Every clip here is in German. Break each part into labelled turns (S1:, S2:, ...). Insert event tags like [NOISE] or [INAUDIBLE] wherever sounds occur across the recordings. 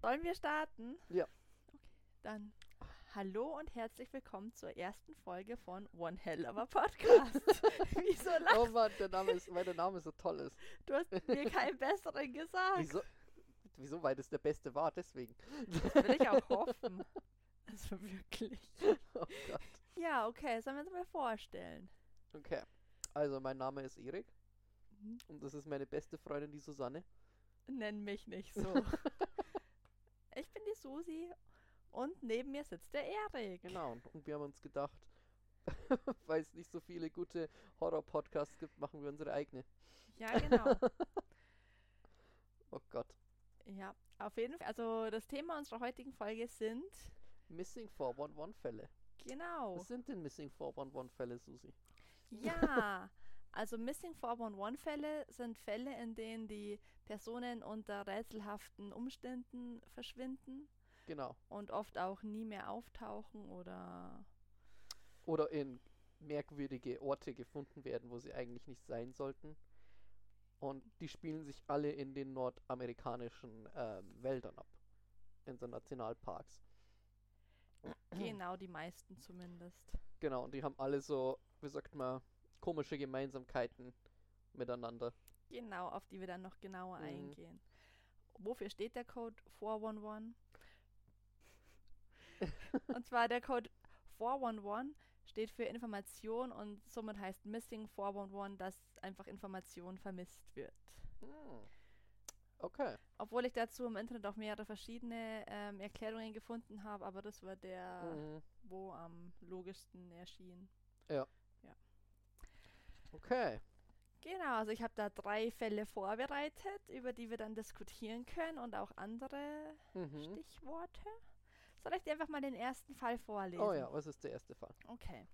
S1: Sollen wir starten?
S2: Ja.
S1: Okay, dann hallo und herzlich willkommen zur ersten Folge von One Hell of a
S2: [LAUGHS]
S1: Podcast. Wieso lachst
S2: Oh Mann, der Name ist, weil der Name so toll ist.
S1: du? hast mir keinen besseren gesagt.
S2: Wieso? Wieso? Weil das der beste war, deswegen. [LAUGHS]
S1: Das will ich auch hoffen. Also wirklich.
S2: Oh Gott.
S1: Ja, okay, sollen wir uns mal vorstellen?
S2: Okay. Also, mein Name ist Erik.
S1: Mhm.
S2: Und das ist meine beste Freundin, die Susanne.
S1: Nenn mich nicht so.
S2: [LAUGHS]
S1: ich bin die Susi und neben mir sitzt der Erik.
S2: Genau. Und, und wir haben uns gedacht, [LAUGHS] weil es nicht so viele gute Horror-Podcasts gibt, machen wir unsere eigene.
S1: Ja, genau.
S2: [LAUGHS] Oh Gott.
S1: Ja, auf jeden Fall. Also das Thema unserer heutigen Folge sind
S2: Missing 411-Fälle.
S1: genau.
S2: Was sind denn Missing 411-Fälle, Susi?
S1: Ja, also Missing 411-Fälle sind Fälle, in denen die Personen unter rätselhaften Umständen verschwinden
S2: Genau.
S1: und oft auch nie mehr auftauchen oder
S2: Oder in merkwürdige Orte gefunden werden, wo sie eigentlich nicht sein sollten. Und die spielen sich alle in den nordamerikanischen ähm, Wäldern ab. In so Nationalparks.
S1: genau die meisten zumindest.
S2: Genau, und die haben alle so, wie sagt man, komische Gemeinsamkeiten miteinander.
S1: Genau, auf die wir dann noch genauer
S2: Mhm.
S1: eingehen. Wofür steht der Code 411? und zwar der Code 411 steht für Information und somit heißt Missing 411, dass einfach Information vermisst wird.
S2: Hm. Okay.
S1: Obwohl ich dazu im Internet auch mehrere verschiedene ähm, Erklärungen gefunden habe, aber das war der,
S2: Mhm.
S1: wo am logischsten erschien.
S2: Okay.
S1: Genau, also ich habe da drei Fälle vorbereitet, über die wir dann diskutieren können und auch andere
S2: Mhm.
S1: Stichworte. Soll ich dir einfach mal den ersten Fall vorlesen?
S2: Oh ja, was ist der erste Fall?
S1: Okay.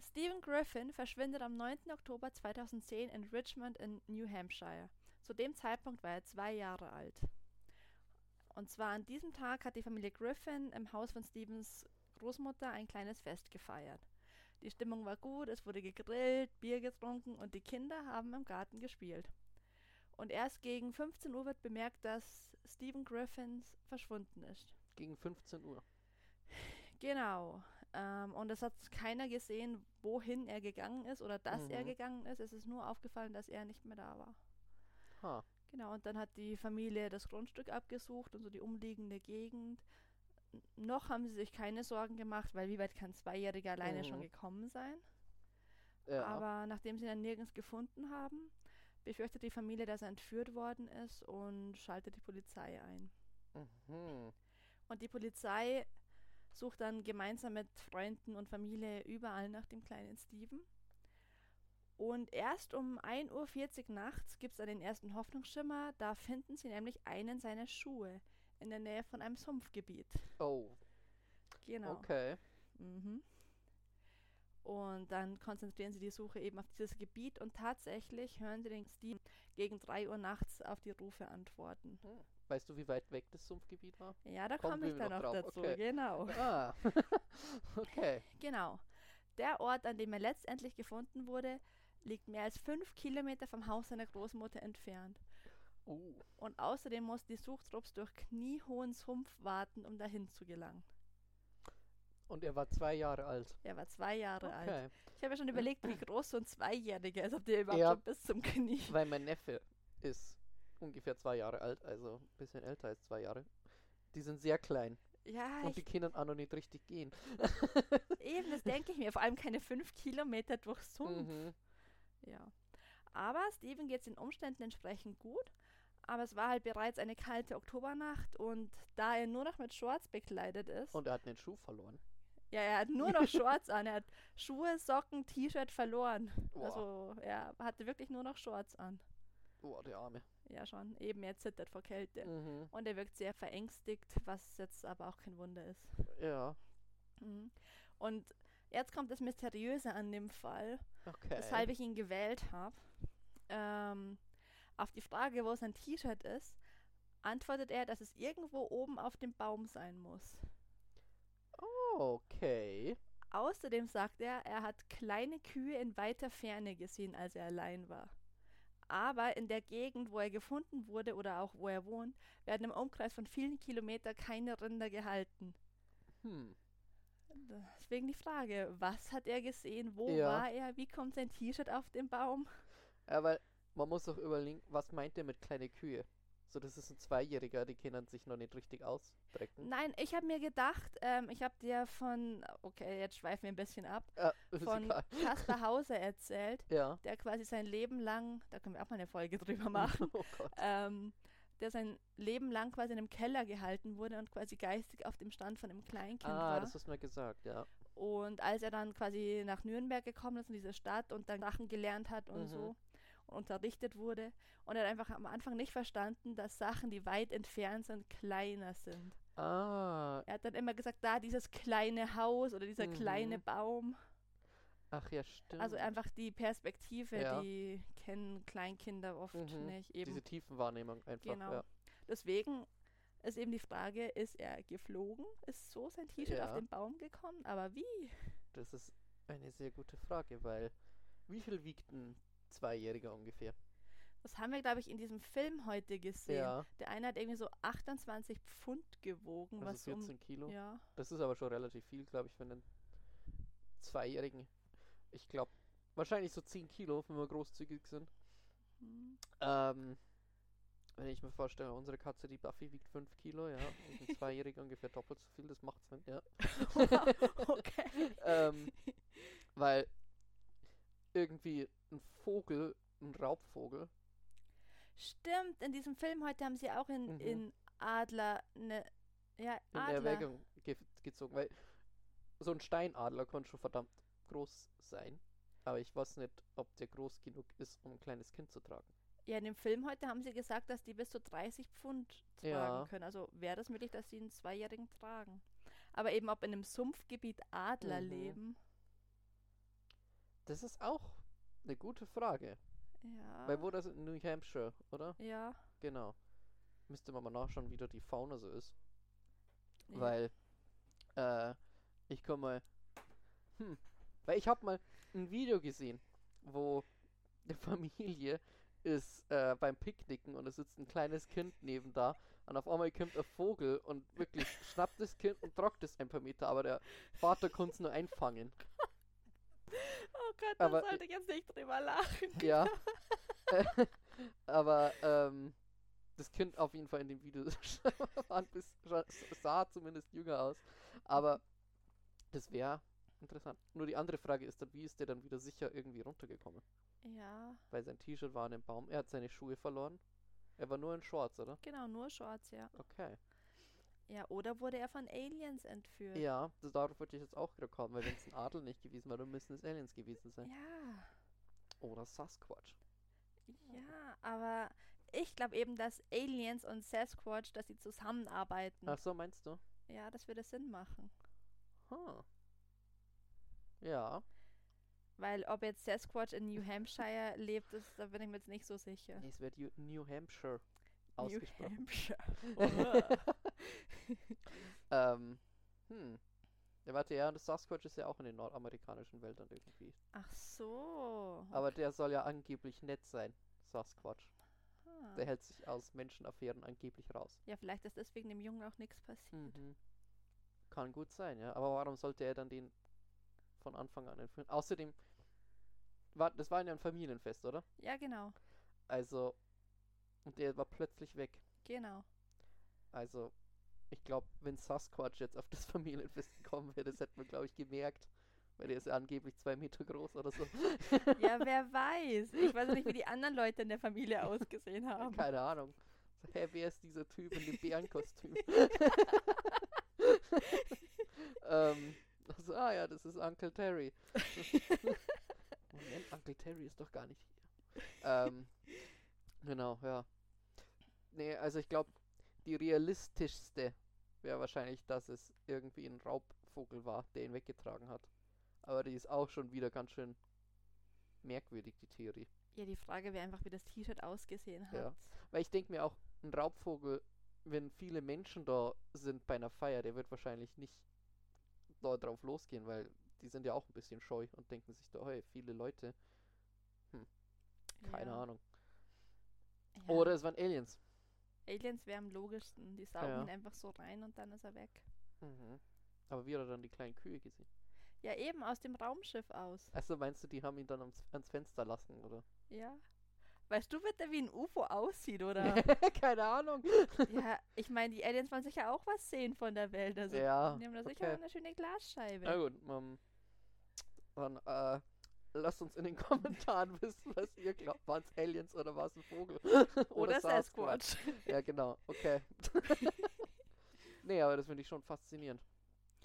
S1: Stephen Griffin verschwindet am 9. Oktober 2010 in Richmond in New Hampshire. Zu dem Zeitpunkt war er zwei Jahre alt. Und zwar an diesem Tag hat die Familie Griffin im Haus von Stephens Großmutter ein kleines Fest gefeiert. Die Stimmung war gut, es wurde gegrillt, Bier getrunken und die Kinder haben im Garten gespielt. Und erst gegen 15 Uhr wird bemerkt, dass Stephen Griffins verschwunden ist.
S2: Gegen 15 Uhr.
S1: Genau. Ähm, und es hat keiner gesehen, wohin er gegangen ist oder dass er
S2: Mhm.
S1: gegangen ist. Es ist nur aufgefallen, dass er nicht mehr da war.
S2: Ha.
S1: Genau, und dann hat die Familie das Grundstück abgesucht und so die umliegende Gegend. N- Noch haben sie sich keine Sorgen gemacht, weil wie weit kann ein Zweijähriger alleine schon
S2: Mhm.
S1: gekommen sein?
S2: Ja.
S1: Aber nachdem sie ihn dann nirgends gefunden haben, befürchtet die Familie, dass er entführt worden ist und schaltet die Polizei ein.
S2: Mhm.
S1: Und die Polizei sucht dann gemeinsam mit Freunden und Familie überall nach dem kleinen Steven. Und erst um 1.40 Uhr nachts gibt es dann den ersten Hoffnungsschimmer. Da finden sie nämlich einen seiner Schuhe in der Nähe von einem Sumpfgebiet.
S2: Oh,
S1: Genau.
S2: okay.
S1: Mhm. Und dann konzentrieren sie die Suche eben auf dieses Gebiet und tatsächlich hören sie den Steven gegen 3 Uhr nachts auf die Rufe antworten.
S2: Hm. Weißt du, wie weit weg das Sumpfgebiet war?
S1: Ja, da
S2: Kommen
S1: komme ich
S2: wir
S1: dann
S2: noch
S1: noch
S2: drauf,
S1: dazu.
S2: okay.
S1: Genau.
S2: [LAUGHS] Ah, okay.
S1: Genau. Der Ort, an dem er letztendlich gefunden wurde, liegt mehr als fünf Kilometer vom Haus seiner Großmutter entfernt.
S2: Uh,
S1: Und außerdem mussten die Suchtrupps durch kniehohen Sumpf warten, um dahin zu gelangen.
S2: und er war zwei Jahre alt.
S1: Er war zwei Jahre alt.
S2: Okay.
S1: Ich habe ja schon überlegt, wie groß so ein Zweijähriger ist, ob der überhaupt
S2: Ja.
S1: schon bis zum Knie.
S2: Weil mein Neffe ist ungefähr zwei Jahre alt, also ein bisschen älter als zwei Jahre. Die sind sehr klein
S1: [LAUGHS] Ja,
S2: und die
S1: Ah, ich,
S2: können auch noch nicht richtig gehen.
S1: eben, das denke ich mir. Vor allem keine fünf Kilometer durch Sumpf.
S2: Mhm.
S1: Ja. Aber Steven geht es den Umständen entsprechend gut. Aber es war halt bereits eine kalte Oktobernacht und da er nur noch mit Shorts bekleidet ist.
S2: Und er hat einen Schuh verloren.
S1: ja, er hat nur
S2: [LAUGHS]
S1: noch Shorts an. Er hat Schuhe, Socken, T-Shirt verloren.
S2: Boah.
S1: Also er hatte wirklich nur noch Shorts an.
S2: Oh, der Arme.
S1: Ja, schon. Eben, er zittert vor Kälte.
S2: Mhm.
S1: Und er wirkt sehr verängstigt, was jetzt aber auch kein Wunder ist.
S2: Ja,
S1: Mhm. Und jetzt kommt das Mysteriöse an dem Fall.
S2: okay.
S1: weshalb ich ihn gewählt habe. Ähm, auf die Frage, wo sein T-Shirt ist, antwortet er, dass es irgendwo oben auf dem Baum sein muss.
S2: Okay.
S1: Außerdem sagt er, er hat kleine Kühe in weiter Ferne gesehen, als er allein war. Aber in der Gegend, wo er gefunden wurde oder auch wo er wohnt, werden im Umkreis von vielen Kilometern keine Rinder gehalten.
S2: Hm.
S1: Deswegen die Frage, was hat er gesehen, wo
S2: Ja.
S1: war er, wie kommt sein T-Shirt auf den Baum?
S2: Ja, weil man muss auch überlegen, was meint er mit kleine Kühe? So, das ist ein Zweijähriger, die kennen sich noch nicht richtig ausdrecken.
S1: Nein, ich habe mir gedacht, ähm, ich habe dir von, okay, jetzt schweifen wir ein bisschen ab,
S2: Äh, [LAUGHS] ist
S1: von
S2: egal.
S1: Kaspar Hauser erzählt,
S2: Ja.
S1: der quasi sein Leben lang, da können wir auch mal eine Folge drüber
S2: [LAUGHS]
S1: machen,
S2: Oh Gott.
S1: ähm, der sein Leben lang quasi in einem Keller gehalten wurde und quasi geistig auf dem Stand von einem Kleinkind
S2: Ah,
S1: war.
S2: das hast du mir gesagt, ja.
S1: Und als er dann quasi nach Nürnberg gekommen ist, in diese Stadt und dann Sachen gelernt hat und
S2: Mhm.
S1: so und unterrichtet wurde und er hat einfach am Anfang nicht verstanden, dass Sachen, die weit entfernt sind, kleiner sind.
S2: Ah,
S1: Er hat dann immer gesagt, da dieses kleine Haus oder dieser kleine
S2: Mhm.
S1: Baum.
S2: ach ja, stimmt.
S1: Also einfach die Perspektive,
S2: Ja.
S1: die kennen Kleinkinder oft
S2: Mhm.
S1: nicht. Eben.
S2: Diese Tiefenwahrnehmung einfach,
S1: Genau.
S2: ja.
S1: Deswegen ist eben die Frage, ist er geflogen? Ist so sein T-Shirt auf
S2: Ja.
S1: den Baum gekommen? Aber wie?
S2: Das ist eine sehr gute Frage, weil wie viel wiegt ein Zweijähriger ungefähr?
S1: Das haben wir, glaube ich, in diesem Film heute gesehen.
S2: Ja,
S1: Der eine hat irgendwie so 28 Pfund gewogen,
S2: also
S1: was
S2: 14
S1: um.
S2: Kilo. [LAUGHS]
S1: Ja. [LAUGHS]
S2: Das ist aber schon relativ viel, glaube ich, für einen Zweijährigen. Ich glaube, wahrscheinlich so 10 Kilo, wenn wir großzügig sind.
S1: Hm.
S2: Ähm, wenn ich mir vorstelle, unsere Katze, die Buffy, wiegt 5 Kilo, ja. Und ein
S1: [LAUGHS]
S2: Zweijähriger ungefähr doppelt so viel, das macht's dann, ja.
S1: [LAUGHS]
S2: [LAUGHS]
S1: okay.
S2: Ähm, weil irgendwie ein Vogel, ein Raubvogel,
S1: Stimmt, in diesem Film heute haben sie auch in,
S2: Mhm.
S1: in Adler eine. Ja,
S2: in
S1: Adler.
S2: Erwägung ge gezogen, weil so ein Steinadler kann schon verdammt groß sein. Aber ich weiß nicht, ob der groß genug ist, um ein kleines Kind zu tragen.
S1: Ja, in dem Film heute haben sie gesagt, dass die bis zu 30 Pfund tragen
S2: Ja.
S1: können. Also wäre das möglich, dass sie einen Zweijährigen tragen. Aber eben, ob in einem Sumpfgebiet Adler
S2: Mhm.
S1: leben.
S2: Das ist auch eine gute Frage.
S1: Ja.
S2: Weil wo das in New Hampshire, oder?
S1: ja.
S2: Genau. Müsste man mal nachschauen, wie da die Fauna so ist.
S1: Ja.
S2: Weil äh, ich komme mal. Hm. Weil ich habe mal ein Video gesehen, wo [LAUGHS] eine Familie ist äh, beim Picknicken und es sitzt ein kleines Kind neben da und auf einmal kommt ein Vogel und wirklich schnappt das Kind und trockt es ein paar Meter, aber der Vater konnte es nur einfangen.
S1: Oh Gott, da
S2: Aber-
S1: sollte ich jetzt nicht drüber lachen.
S2: [LAUGHS] Ja. Äh, aber ähm, das Kind auf jeden Fall in dem Video [LAUGHS] war ein bisschen- scha- sah zumindest jünger aus. Aber das wäre interessant. Nur die andere Frage ist dann, wie ist der dann wieder sicher irgendwie runtergekommen?
S1: Ja,
S2: Weil sein T-Shirt war an dem Baum, er hat seine Schuhe verloren. Er war nur in Shorts, oder?
S1: genau, nur Shorts, ja.
S2: Okay.
S1: Ja, oder wurde er von Aliens entführt?
S2: Ja, das, darauf wollte ich jetzt auch gerade kommen, weil wenn es ein Adel nicht gewesen wäre, dann müssen es Aliens gewesen sein.
S1: Ja,
S2: Oder Sasquatch.
S1: ja, aber ich glaube eben, dass Aliens und Sasquatch, dass sie zusammenarbeiten.
S2: Ach so, meinst du?
S1: Ja, das würde Sinn machen.
S2: Hm. Ja.
S1: Weil ob jetzt Sasquatch in New Hampshire
S2: [LAUGHS]
S1: lebt, das, da bin ich mir jetzt nicht so sicher.
S2: Nee, es wird Ju- New Hampshire
S1: New
S2: ausgesprochen.
S1: Hampshire.
S2: [LAUGHS]
S1: Oha.
S2: ähm, hm. Ja, warte, ja, das Sasquatch ist ja auch in den nordamerikanischen Wäldern irgendwie.
S1: Ach so.
S2: Aber der soll ja angeblich nett sein, Sasquatch.
S1: Ah.
S2: Der hält sich aus Menschenaffären angeblich raus.
S1: Ja, vielleicht ist deswegen dem Jungen auch nichts passiert.
S2: Mhm. Kann gut sein, ja. Aber warum sollte er dann den von Anfang an entführen? Außerdem, war, das war ja ein Familienfest, oder?
S1: Ja, genau.
S2: Also, und der war plötzlich weg.
S1: Genau.
S2: Also, ich glaube, wenn Sasquatch jetzt auf das [LAUGHS] Familienfest gekommen wäre, das hätten wir, glaube ich, gemerkt. Weil der ist ja angeblich zwei Meter groß oder so.
S1: [LAUGHS] Ja, wer weiß. Ich weiß nicht, wie die anderen Leute in der Familie ausgesehen haben.
S2: Keine Ahnung. So, hä, wer ist dieser Typ in dem Bärenkostüm? ähm, also, ah ja, das ist Uncle Terry. Moment, Uncle Terry ist doch gar nicht hier. Ähm, genau, ja. Nee, also ich glaube, die realistischste wäre wahrscheinlich, dass es irgendwie ein Raubvogel war, der ihn weggetragen hat. Aber die ist auch schon wieder ganz schön merkwürdig, die Theorie.
S1: Ja, die Frage wäre einfach, wie das T-Shirt ausgesehen hat.
S2: Ja. Weil ich denke mir auch, ein Raubvogel, wenn viele Menschen da sind bei einer Feier, der wird wahrscheinlich nicht da drauf losgehen, weil die sind ja auch ein bisschen scheu und denken sich da, hey, viele Leute, keine
S1: ja.
S2: Ahnung.
S1: Ja.
S2: Oder es waren Aliens.
S1: Aliens wären am logischsten. Die saugen
S2: Ja.
S1: ihn einfach so rein und dann ist er weg.
S2: Mhm. Aber wie hat er dann die kleinen Kühe gesehen?
S1: Ja, eben aus dem Raumschiff aus.
S2: Also meinst du, die haben ihn dann ans, ans Fenster lassen, oder?
S1: Ja. Weißt du, bitte, wie ein UFO aussieht, oder?
S2: [LAUGHS] Keine Ahnung.
S1: [LAUGHS] ja, ich meine, die Aliens wollen sicher auch was sehen von der Welt. Also,
S2: ja.
S1: die haben da sicher
S2: okay.
S1: eine schöne Glasscheibe.
S2: Na gut, ähm, dann äh, lasst uns in den [LAUGHS] Kommentaren wissen, was ihr glaubt. Waren es Aliens oder war es ein Vogel?
S1: oder Sasquatch. [LAUGHS]
S2: Ja, genau. Okay. nee, aber das finde ich schon faszinierend.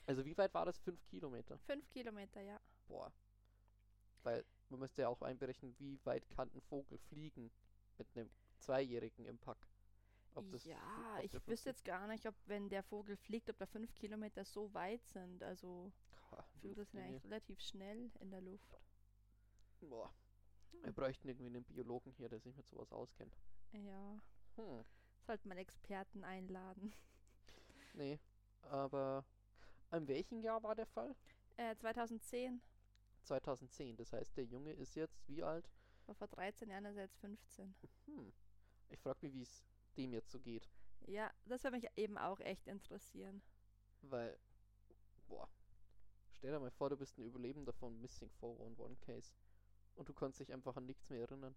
S2: Also wie weit war das? Fünf Kilometer.
S1: Fünf Kilometer, ja.
S2: Boah. Weil man müsste ja auch einberechnen, wie weit kann ein Vogel fliegen mit einem Zweijährigen im Pack. Ob das-
S1: ja,
S2: ob der
S1: ich
S2: fünf-
S1: wüsste jetzt gar nicht, ob, wenn der Vogel fliegt, ob da fünf Kilometer so weit sind. Also,
S2: Ah,
S1: Vögel sind ja
S2: Luftlinie.
S1: eigentlich relativ schnell in der Luft.
S2: Boah.
S1: Hm.
S2: Wir bräuchten irgendwie einen Biologen hier, der sich mit sowas auskennt.
S1: Ja.
S2: Hm.
S1: Sollte man Experten einladen. [LAUGHS]
S2: Nee, aber in welchem Jahr war der Fall?
S1: Äh, 2010
S2: 2010, das heißt, der Junge ist jetzt wie alt?
S1: war vor 13 Jahren, also jetzt 15.
S2: Hm. Ich frage mich, wie es dem jetzt so geht,
S1: Ja, das würde mich eben auch echt interessieren.
S2: weil, boah, stell dir mal vor, du bist ein Überlebender von Missing 411 Case und du kannst dich einfach an nichts mehr erinnern.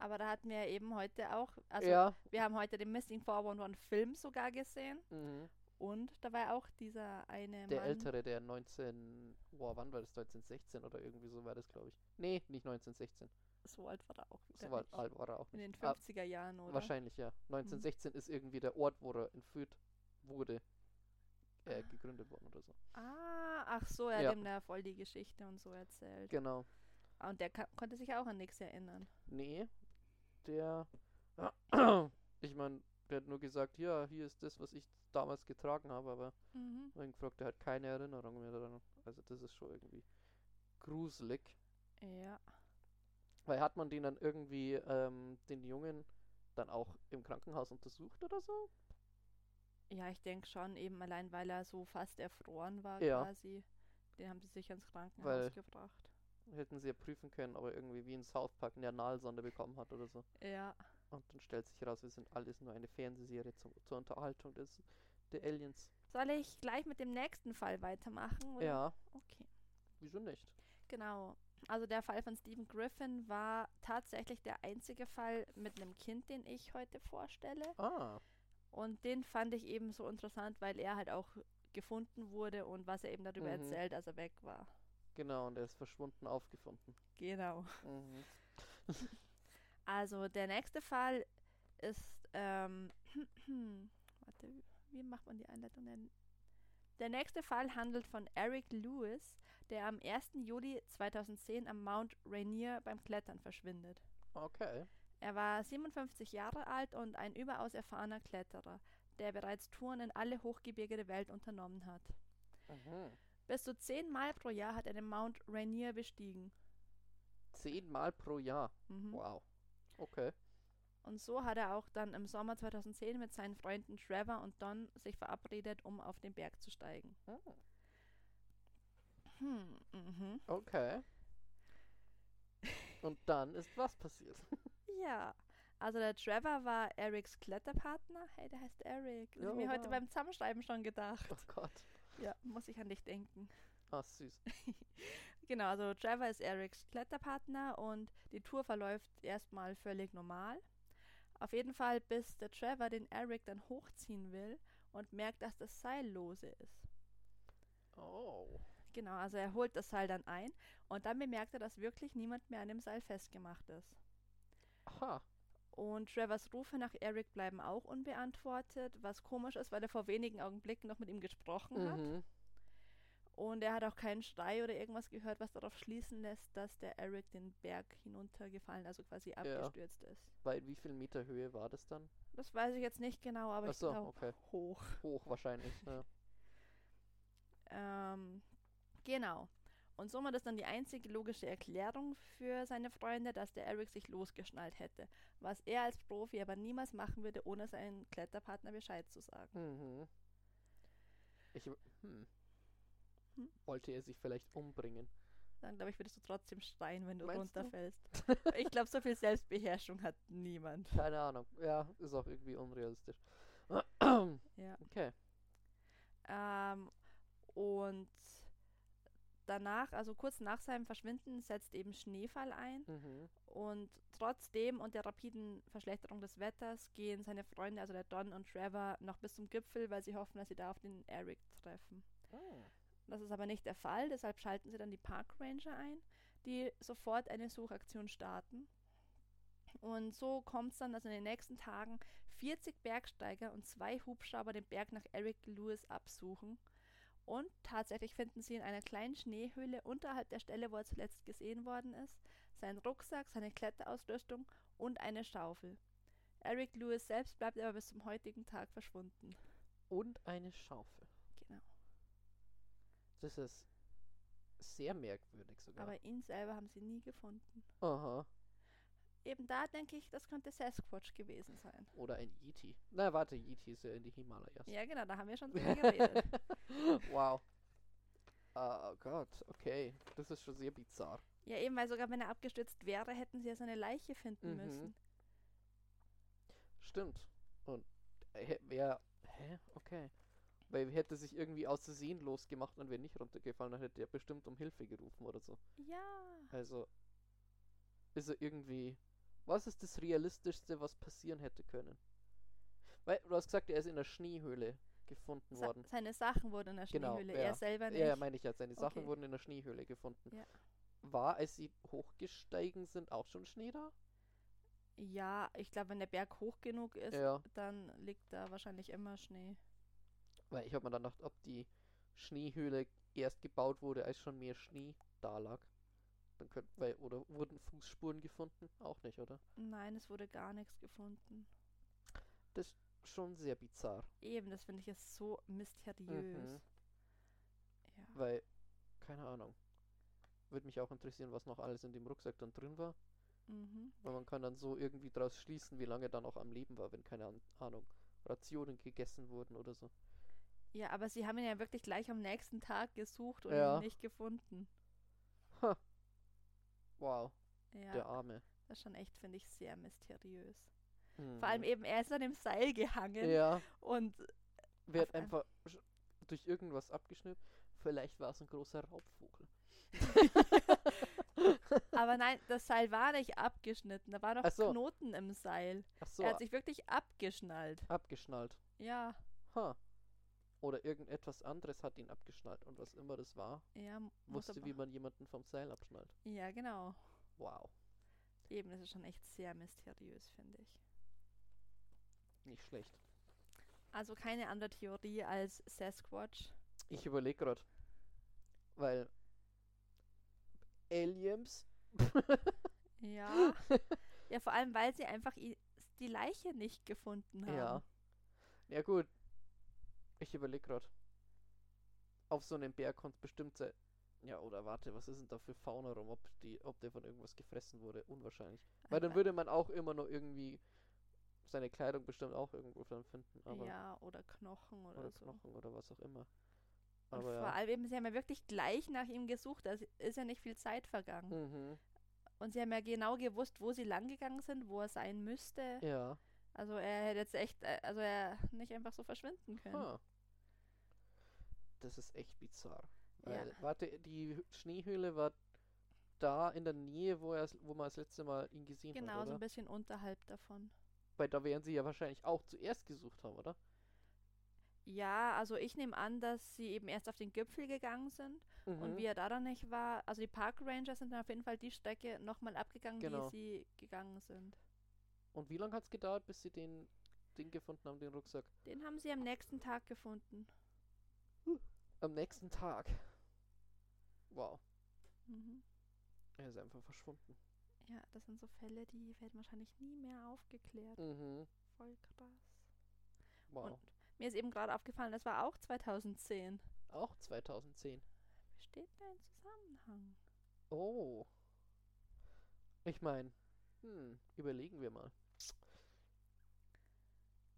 S1: Aber da hatten wir ja eben heute auch, also
S2: ja,
S1: wir haben heute den Missing 411 Film sogar gesehen
S2: mhm.
S1: und da war auch dieser eine
S2: der
S1: Mann.
S2: Ältere, der 19, boah, wann war das? 1916 oder irgendwie so war das, glaube ich. Nee, nicht 1916,
S1: So alt war er auch wieder
S2: so war,
S1: nicht.
S2: alt war er auch
S1: In den
S2: nicht. Ah,
S1: 50er Jahren, oder? Mhm.
S2: Wahrscheinlich, ja. 1916 ist irgendwie der Ort, wo er entführt wurde, äh,
S1: Ah.
S2: gegründet worden oder so.
S1: Ah, ach so, er
S2: Ja.
S1: hat ihm da voll die Geschichte und so erzählt.
S2: Genau.
S1: Ah, Und der ka- konnte sich auch an nichts erinnern.
S2: Nee, der. [CLEARS THROAT] ich meine, der hat nur gesagt, ja, hier ist das, was ich damals getragen habe, aber
S1: Mhm.
S2: dann gefragt, der hat keine Erinnerung mehr daran. Also, das ist schon irgendwie gruselig.
S1: Ja.
S2: Weil hat man den dann irgendwie, ähm, den Jungen, dann auch im Krankenhaus untersucht oder so?
S1: Ja, ich denke schon, eben allein weil er so fast erfroren war
S2: Ja.
S1: quasi. Den haben sie sich ins Krankenhaus
S2: Weil-
S1: gebracht.
S2: Hätten sie ja prüfen können, ob er irgendwie wie in South Park eine Analsonde bekommen hat oder so.
S1: Ja.
S2: Und dann stellt sich heraus, wir sind alles nur eine Fernsehserie zum, zur Unterhaltung des, der Aliens.
S1: Soll ich gleich mit dem nächsten Fall weitermachen? Oder?
S2: Ja,
S1: Okay.
S2: wieso nicht?
S1: Genau. Also der Fall von Stephen Griffin war tatsächlich der einzige Fall mit einem Kind, den ich heute vorstelle.
S2: Ah,
S1: Und den fand ich eben so interessant, weil er halt auch gefunden wurde und was er eben darüber
S2: Mhm.
S1: erzählt, als er weg war.
S2: genau, und er ist verschwunden aufgefunden.
S1: Genau.
S2: Mhm.
S1: Also der nächste Fall ist, ähm, [CLEARS THROAT] warte, wie macht man die Einleitung denn? Der nächste Fall handelt von Eric Lewis, der am 1. Juli 2010 am Mount Rainier beim Klettern verschwindet.
S2: Okay.
S1: Er war 57 Jahre alt und ein überaus erfahrener Kletterer, der bereits Touren in alle Hochgebirge der Welt unternommen hat.
S2: Mhm.
S1: Bis zu zehnmal pro Jahr hat er den Mount Rainier bestiegen.
S2: Zehnmal pro Jahr.
S1: Mhm.
S2: Wow. Okay.
S1: Und so hat er auch dann im Sommer 2010 mit seinen Freunden Trevor und Don sich verabredet, um auf den Berg zu steigen.
S2: Hm,
S1: Hm, mhm.
S2: Okay. Und dann ist was [LAUGHS] passiert.
S1: Ja. Also der Trevor war Erics Kletterpartner. Hey, der heißt Eric. Das
S2: Ja,
S1: hab ich mir heute
S2: wow.
S1: beim Zusammenschreiben schon gedacht.
S2: Oh Gott.
S1: Ja, muss ich an dich denken.
S2: Ah, süß.
S1: Genau, also Trevor ist Erics Kletterpartner und die Tour verläuft erstmal völlig normal. Auf jeden Fall, bis der Trevor den Eric dann hochziehen will und merkt, dass das Seil lose ist.
S2: Oh.
S1: Genau, also er holt das Seil dann ein und dann bemerkt er, dass wirklich niemand mehr an dem Seil festgemacht ist.
S2: Aha.
S1: Und Trevors Rufe nach Eric bleiben auch unbeantwortet, was komisch ist, weil er vor wenigen Augenblicken noch mit ihm gesprochen hat.
S2: Mhm.
S1: Und er hat auch keinen Schrei oder irgendwas gehört, was darauf schließen lässt, dass der Eric den Berg hinuntergefallen, also quasi abgestürzt ist.
S2: Bei wie viel Meter Höhe war das dann?
S1: Das weiß ich jetzt nicht genau, aber
S2: Ach
S1: ich
S2: so,
S1: glaube
S2: okay.
S1: hoch.
S2: Hoch wahrscheinlich. Ja.
S1: Ähm, genau. Und somit ist dann die einzige logische Erklärung für seine Freunde, dass der Eric sich losgeschnallt hätte. Was er als Profi aber niemals machen würde, ohne seinem Kletterpartner Bescheid zu sagen.
S2: Mhm. Ich, hm.
S1: Hm?
S2: Wollte er sich vielleicht umbringen?
S1: dann glaube ich, würdest du trotzdem schreien, wenn du
S2: Meinst du?
S1: runterfällst.
S2: [LAUGHS]
S1: ich glaube, so viel Selbstbeherrschung hat niemand.
S2: Keine Ahnung. Ja, ist auch irgendwie unrealistisch.
S1: Ja.
S2: Okay.
S1: Ähm, und danach, also kurz nach seinem Verschwinden, setzt eben Schneefall ein.
S2: Mhm.
S1: Und trotzdem und der rapiden Verschlechterung des Wetters gehen seine Freunde, also der Don und Trevor, noch bis zum Gipfel, weil sie hoffen, dass sie da auf den Eric treffen.
S2: Ah.
S1: Das ist aber nicht der Fall, deshalb schalten sie dann die Park Ranger ein, die sofort eine Suchaktion starten. Und so kommt es dann, dass in den nächsten Tagen 40 Bergsteiger und zwei Hubschrauber den Berg nach Eric Lewis absuchen. Und tatsächlich finden sie in einer kleinen Schneehöhle unterhalb der Stelle, wo er zuletzt gesehen worden ist, seinen Rucksack, seine Kletterausrüstung und eine Schaufel. Eric Lewis selbst bleibt aber bis zum heutigen Tag verschwunden.
S2: Und eine Schaufel.
S1: Genau.
S2: Das ist sehr merkwürdig sogar.
S1: Aber ihn selber haben sie nie gefunden.
S2: Aha.
S1: Eben da denke ich, das könnte Sasquatch gewesen sein.
S2: Oder ein Yeti. Na, warte, Yeti ist ja in die Himalayas. [LAUGHS]
S1: Ja, genau, da haben wir schon drüber geredet.
S2: wow. Oh Gott, okay. Das ist schon sehr bizarr.
S1: Ja, eben, weil sogar wenn er abgestürzt wäre, hätten sie ja seine Leiche finden
S2: Mhm.
S1: müssen.
S2: Stimmt. Und äh, hä- wer. Hä? Okay. Weil hätte sich irgendwie aus Versehen losgemacht und wäre nicht runtergefallen, dann hätte er bestimmt um Hilfe gerufen oder so.
S1: Ja.
S2: Also. Ist er irgendwie. Was ist das Realistischste, was passieren hätte können? Weil du hast gesagt, er ist in der Schneehöhle gefunden
S1: Sa
S2: worden.
S1: seine Sachen wurden in der
S2: Genau,
S1: Schneehöhle,
S2: ja.
S1: er selber nicht.
S2: Ja, ja, meine ich ja. Seine Sachen
S1: Okay.
S2: wurden in der Schneehöhle gefunden.
S1: Ja.
S2: War, als sie hochgestiegen sind, auch schon Schnee da?
S1: ja, ich glaube, wenn der Berg hoch genug ist,
S2: ja.
S1: dann liegt da wahrscheinlich immer Schnee.
S2: Weil ich habe mir dann gedacht, ob die Schneehöhle erst gebaut wurde, als schon mehr Schnee da lag. Dann könnt, weil, oder wurden Fußspuren gefunden? Auch nicht, oder?
S1: Nein, es wurde gar nichts gefunden.
S2: Schon sehr bizarr,
S1: Eben, das finde ich jetzt so mysteriös. Ja.
S2: weil, keine Ahnung. Würde mich auch interessieren, was noch alles in dem Rucksack dann drin war.
S1: Mhm.
S2: Weil man kann dann so irgendwie draus schließen, wie lange er dann auch am Leben war, wenn keine An- Ahnung, Rationen gegessen wurden oder so.
S1: Ja, aber sie haben ihn ja wirklich gleich am nächsten Tag gesucht und
S2: Ja.
S1: ihn nicht gefunden.
S2: Wow,
S1: Ja,
S2: der Arme.
S1: das ist schon echt, finde ich, sehr mysteriös.
S2: Mhm.
S1: Vor allem eben, er ist an dem Seil gehangen
S2: Ja,
S1: und
S2: wird
S1: auf ein-
S2: einfach sch- durch irgendwas abgeschnürt. Vielleicht war es ein großer Raubvogel.
S1: aber nein, das Seil war nicht abgeschnitten. Da waren noch
S2: Ach so.
S1: Knoten im Seil.
S2: Ach so,
S1: Er hat sich wirklich abgeschnallt.
S2: abgeschnallt.
S1: Ja.
S2: Ha. Oder irgendetwas anderes hat ihn abgeschnallt. Und was immer das war,
S1: Ja, m- muss
S2: wusste,
S1: aber-
S2: wie man jemanden vom Seil abschnallt.
S1: ja, genau.
S2: Wow.
S1: Eben, das ist schon echt sehr mysteriös, finde ich.
S2: Nicht schlecht.
S1: Also keine andere Theorie als Sasquatch.
S2: Ich überlege gerade. Weil. Aliens?
S1: Ja.
S2: [LAUGHS]
S1: ja, vor allem, weil sie einfach i- die Leiche nicht gefunden haben.
S2: Ja. Ja, gut. Ich überlege gerade. Auf so einem Berg kommt bestimmt sein. Ja, oder warte, was ist denn da für Fauna rum? Ob, die, ob der von irgendwas gefressen wurde? Unwahrscheinlich. Weil dann
S1: Aber-
S2: würde man auch immer noch irgendwie seine Kleidung bestimmt auch irgendwo dann finden. Aber
S1: ja, oder Knochen oder,
S2: oder
S1: so.
S2: Knochen oder was auch immer.
S1: Und
S2: Aber
S1: vor
S2: ja.
S1: allem, eben, sie haben ja wirklich gleich nach ihm gesucht. Da ist ja nicht viel Zeit vergangen.
S2: Mhm.
S1: Und sie haben ja genau gewusst, wo sie lang gegangen sind, wo er sein müsste.
S2: Ja.
S1: Also er hätte jetzt echt, äh, also er nicht einfach so verschwinden können.
S2: Ha. Ah. Das ist echt bizarr.
S1: Ja.
S2: Weil, Warte, die Hü- Schneehöhle war da in der Nähe, wo, er's, wo man das letzte Mal ihn gesehen
S1: Genau,
S2: hat,
S1: so
S2: oder?
S1: ein bisschen unterhalb davon.
S2: Weil da werden sie ja wahrscheinlich auch zuerst gesucht haben, oder?
S1: Ja, also ich nehme an, dass sie eben erst auf den Gipfel gegangen sind und
S2: Mhm.
S1: wie er da dann nicht war. Also die Park Rangers sind dann auf jeden Fall die Strecke nochmal abgegangen,
S2: Genau.
S1: die sie gegangen sind.
S2: Und wie lange hat es gedauert, bis sie den Ding gefunden haben, den Rucksack?
S1: Den haben sie am nächsten Tag gefunden.
S2: Am nächsten Tag. Wow,
S1: Mhm.
S2: er ist einfach verschwunden.
S1: Ja, das sind so Fälle, die werden wahrscheinlich nie mehr aufgeklärt.
S2: Mhm.
S1: Voll krass.
S2: Wow.
S1: Mir ist eben gerade aufgefallen, das war auch 2010.
S2: Auch 2010.
S1: Besteht da ein Zusammenhang?
S2: Oh. Ich meine, hm, überlegen wir mal.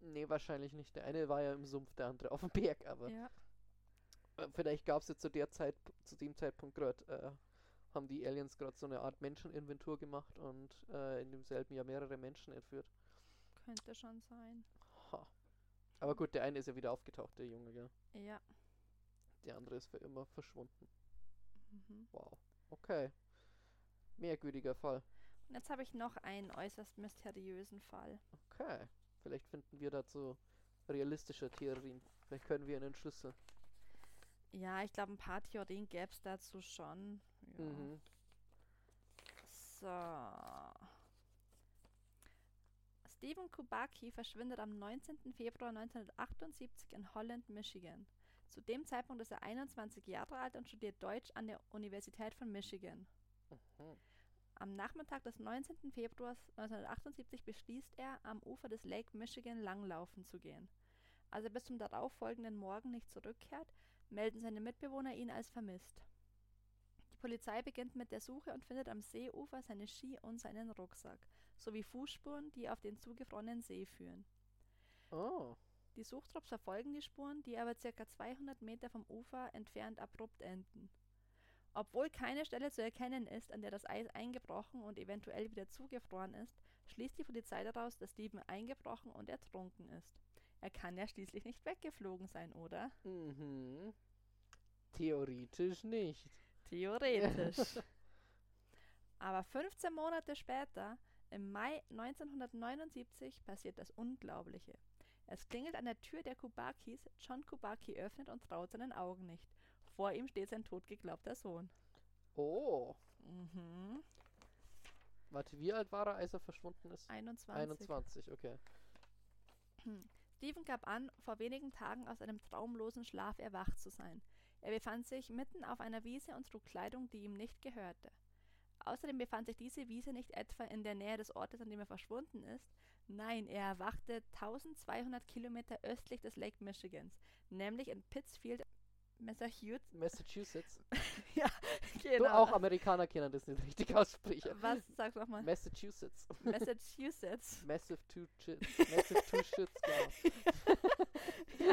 S2: Nee, wahrscheinlich nicht. Der eine war ja im Sumpf, der andere auf dem Berg, aber
S1: Ja.
S2: äh, vielleicht gab es ja zu der Zeit, zu dem Zeitpunkt gerade äh, haben die Aliens gerade so eine Art Menscheninventur gemacht und äh, in demselben Jahr mehrere Menschen entführt.
S1: Könnte schon sein.
S2: Ha. Aber gut, der eine ist ja wieder aufgetaucht, der Junge, gell?
S1: Ja.
S2: Der andere ist für immer verschwunden.
S1: Mhm.
S2: Wow. Okay. Merkwürdiger Fall.
S1: Und jetzt habe ich noch einen äußerst mysteriösen Fall.
S2: Okay. Vielleicht finden wir dazu realistische Theorien. Vielleicht können wir einen Schlüssel.
S1: Ja, ich glaube, ein paar Theorien gäbe es dazu schon. Ja.
S2: Mhm.
S1: So. Stephen Kubacki verschwindet am 19. Februar 1978 in Holland, Michigan. Zu dem Zeitpunkt ist er 21 Jahre alt und studiert Deutsch an der Universität von Michigan.
S2: Mhm.
S1: Am Nachmittag des 19. Februars 1978 beschließt er, am Ufer des Lake Michigan langlaufen zu gehen. Als er bis zum darauffolgenden Morgen nicht zurückkehrt, melden seine Mitbewohner ihn als vermisst. Die Polizei beginnt mit der Suche und findet am Seeufer seine Ski und seinen Rucksack, sowie Fußspuren, die auf den zugefrorenen See führen.
S2: Oh.
S1: Die Suchtrupps verfolgen die Spuren, die aber ca. 200 Meter vom Ufer entfernt abrupt enden. Obwohl keine Stelle zu erkennen ist, an der das Eis eingebrochen und eventuell wieder zugefroren ist, schließt die Polizei daraus, dass Steven eingebrochen und ertrunken ist. Er kann ja schließlich nicht weggeflogen sein, oder?
S2: Mhm. Theoretisch nicht.
S1: Theoretisch. Aber 15 Monate später, im Mai 1979, passiert das Unglaubliche. Es klingelt an der Tür der Kubakis, John Kubaki öffnet und traut seinen Augen nicht. Vor ihm steht sein totgeglaubter Sohn.
S2: Oh.
S1: Mhm.
S2: Warte, wie alt war er, als er verschwunden ist?
S1: 21.
S2: 21, okay.
S1: Stephen gab an, vor wenigen Tagen aus einem traumlosen Schlaf erwacht zu sein. Er befand sich mitten auf einer Wiese und trug Kleidung, die ihm nicht gehörte. Außerdem befand sich diese Wiese nicht etwa in der Nähe des Ortes, an dem er verschwunden ist. Nein, er erwachte 1200 Kilometer östlich des Lake Michigans, nämlich in Pittsfield,
S2: [LAUGHS]
S1: Massachusetts.
S2: Massachusetts.
S1: Genau.
S2: Du auch Amerikaner kennen das nicht richtig aussprechen.
S1: Was? Sag
S2: [LAUGHS]
S1: nochmal.
S2: Massachusetts.
S1: Massachusetts.
S2: Massive Two Shits. Massive Two Shits, genau.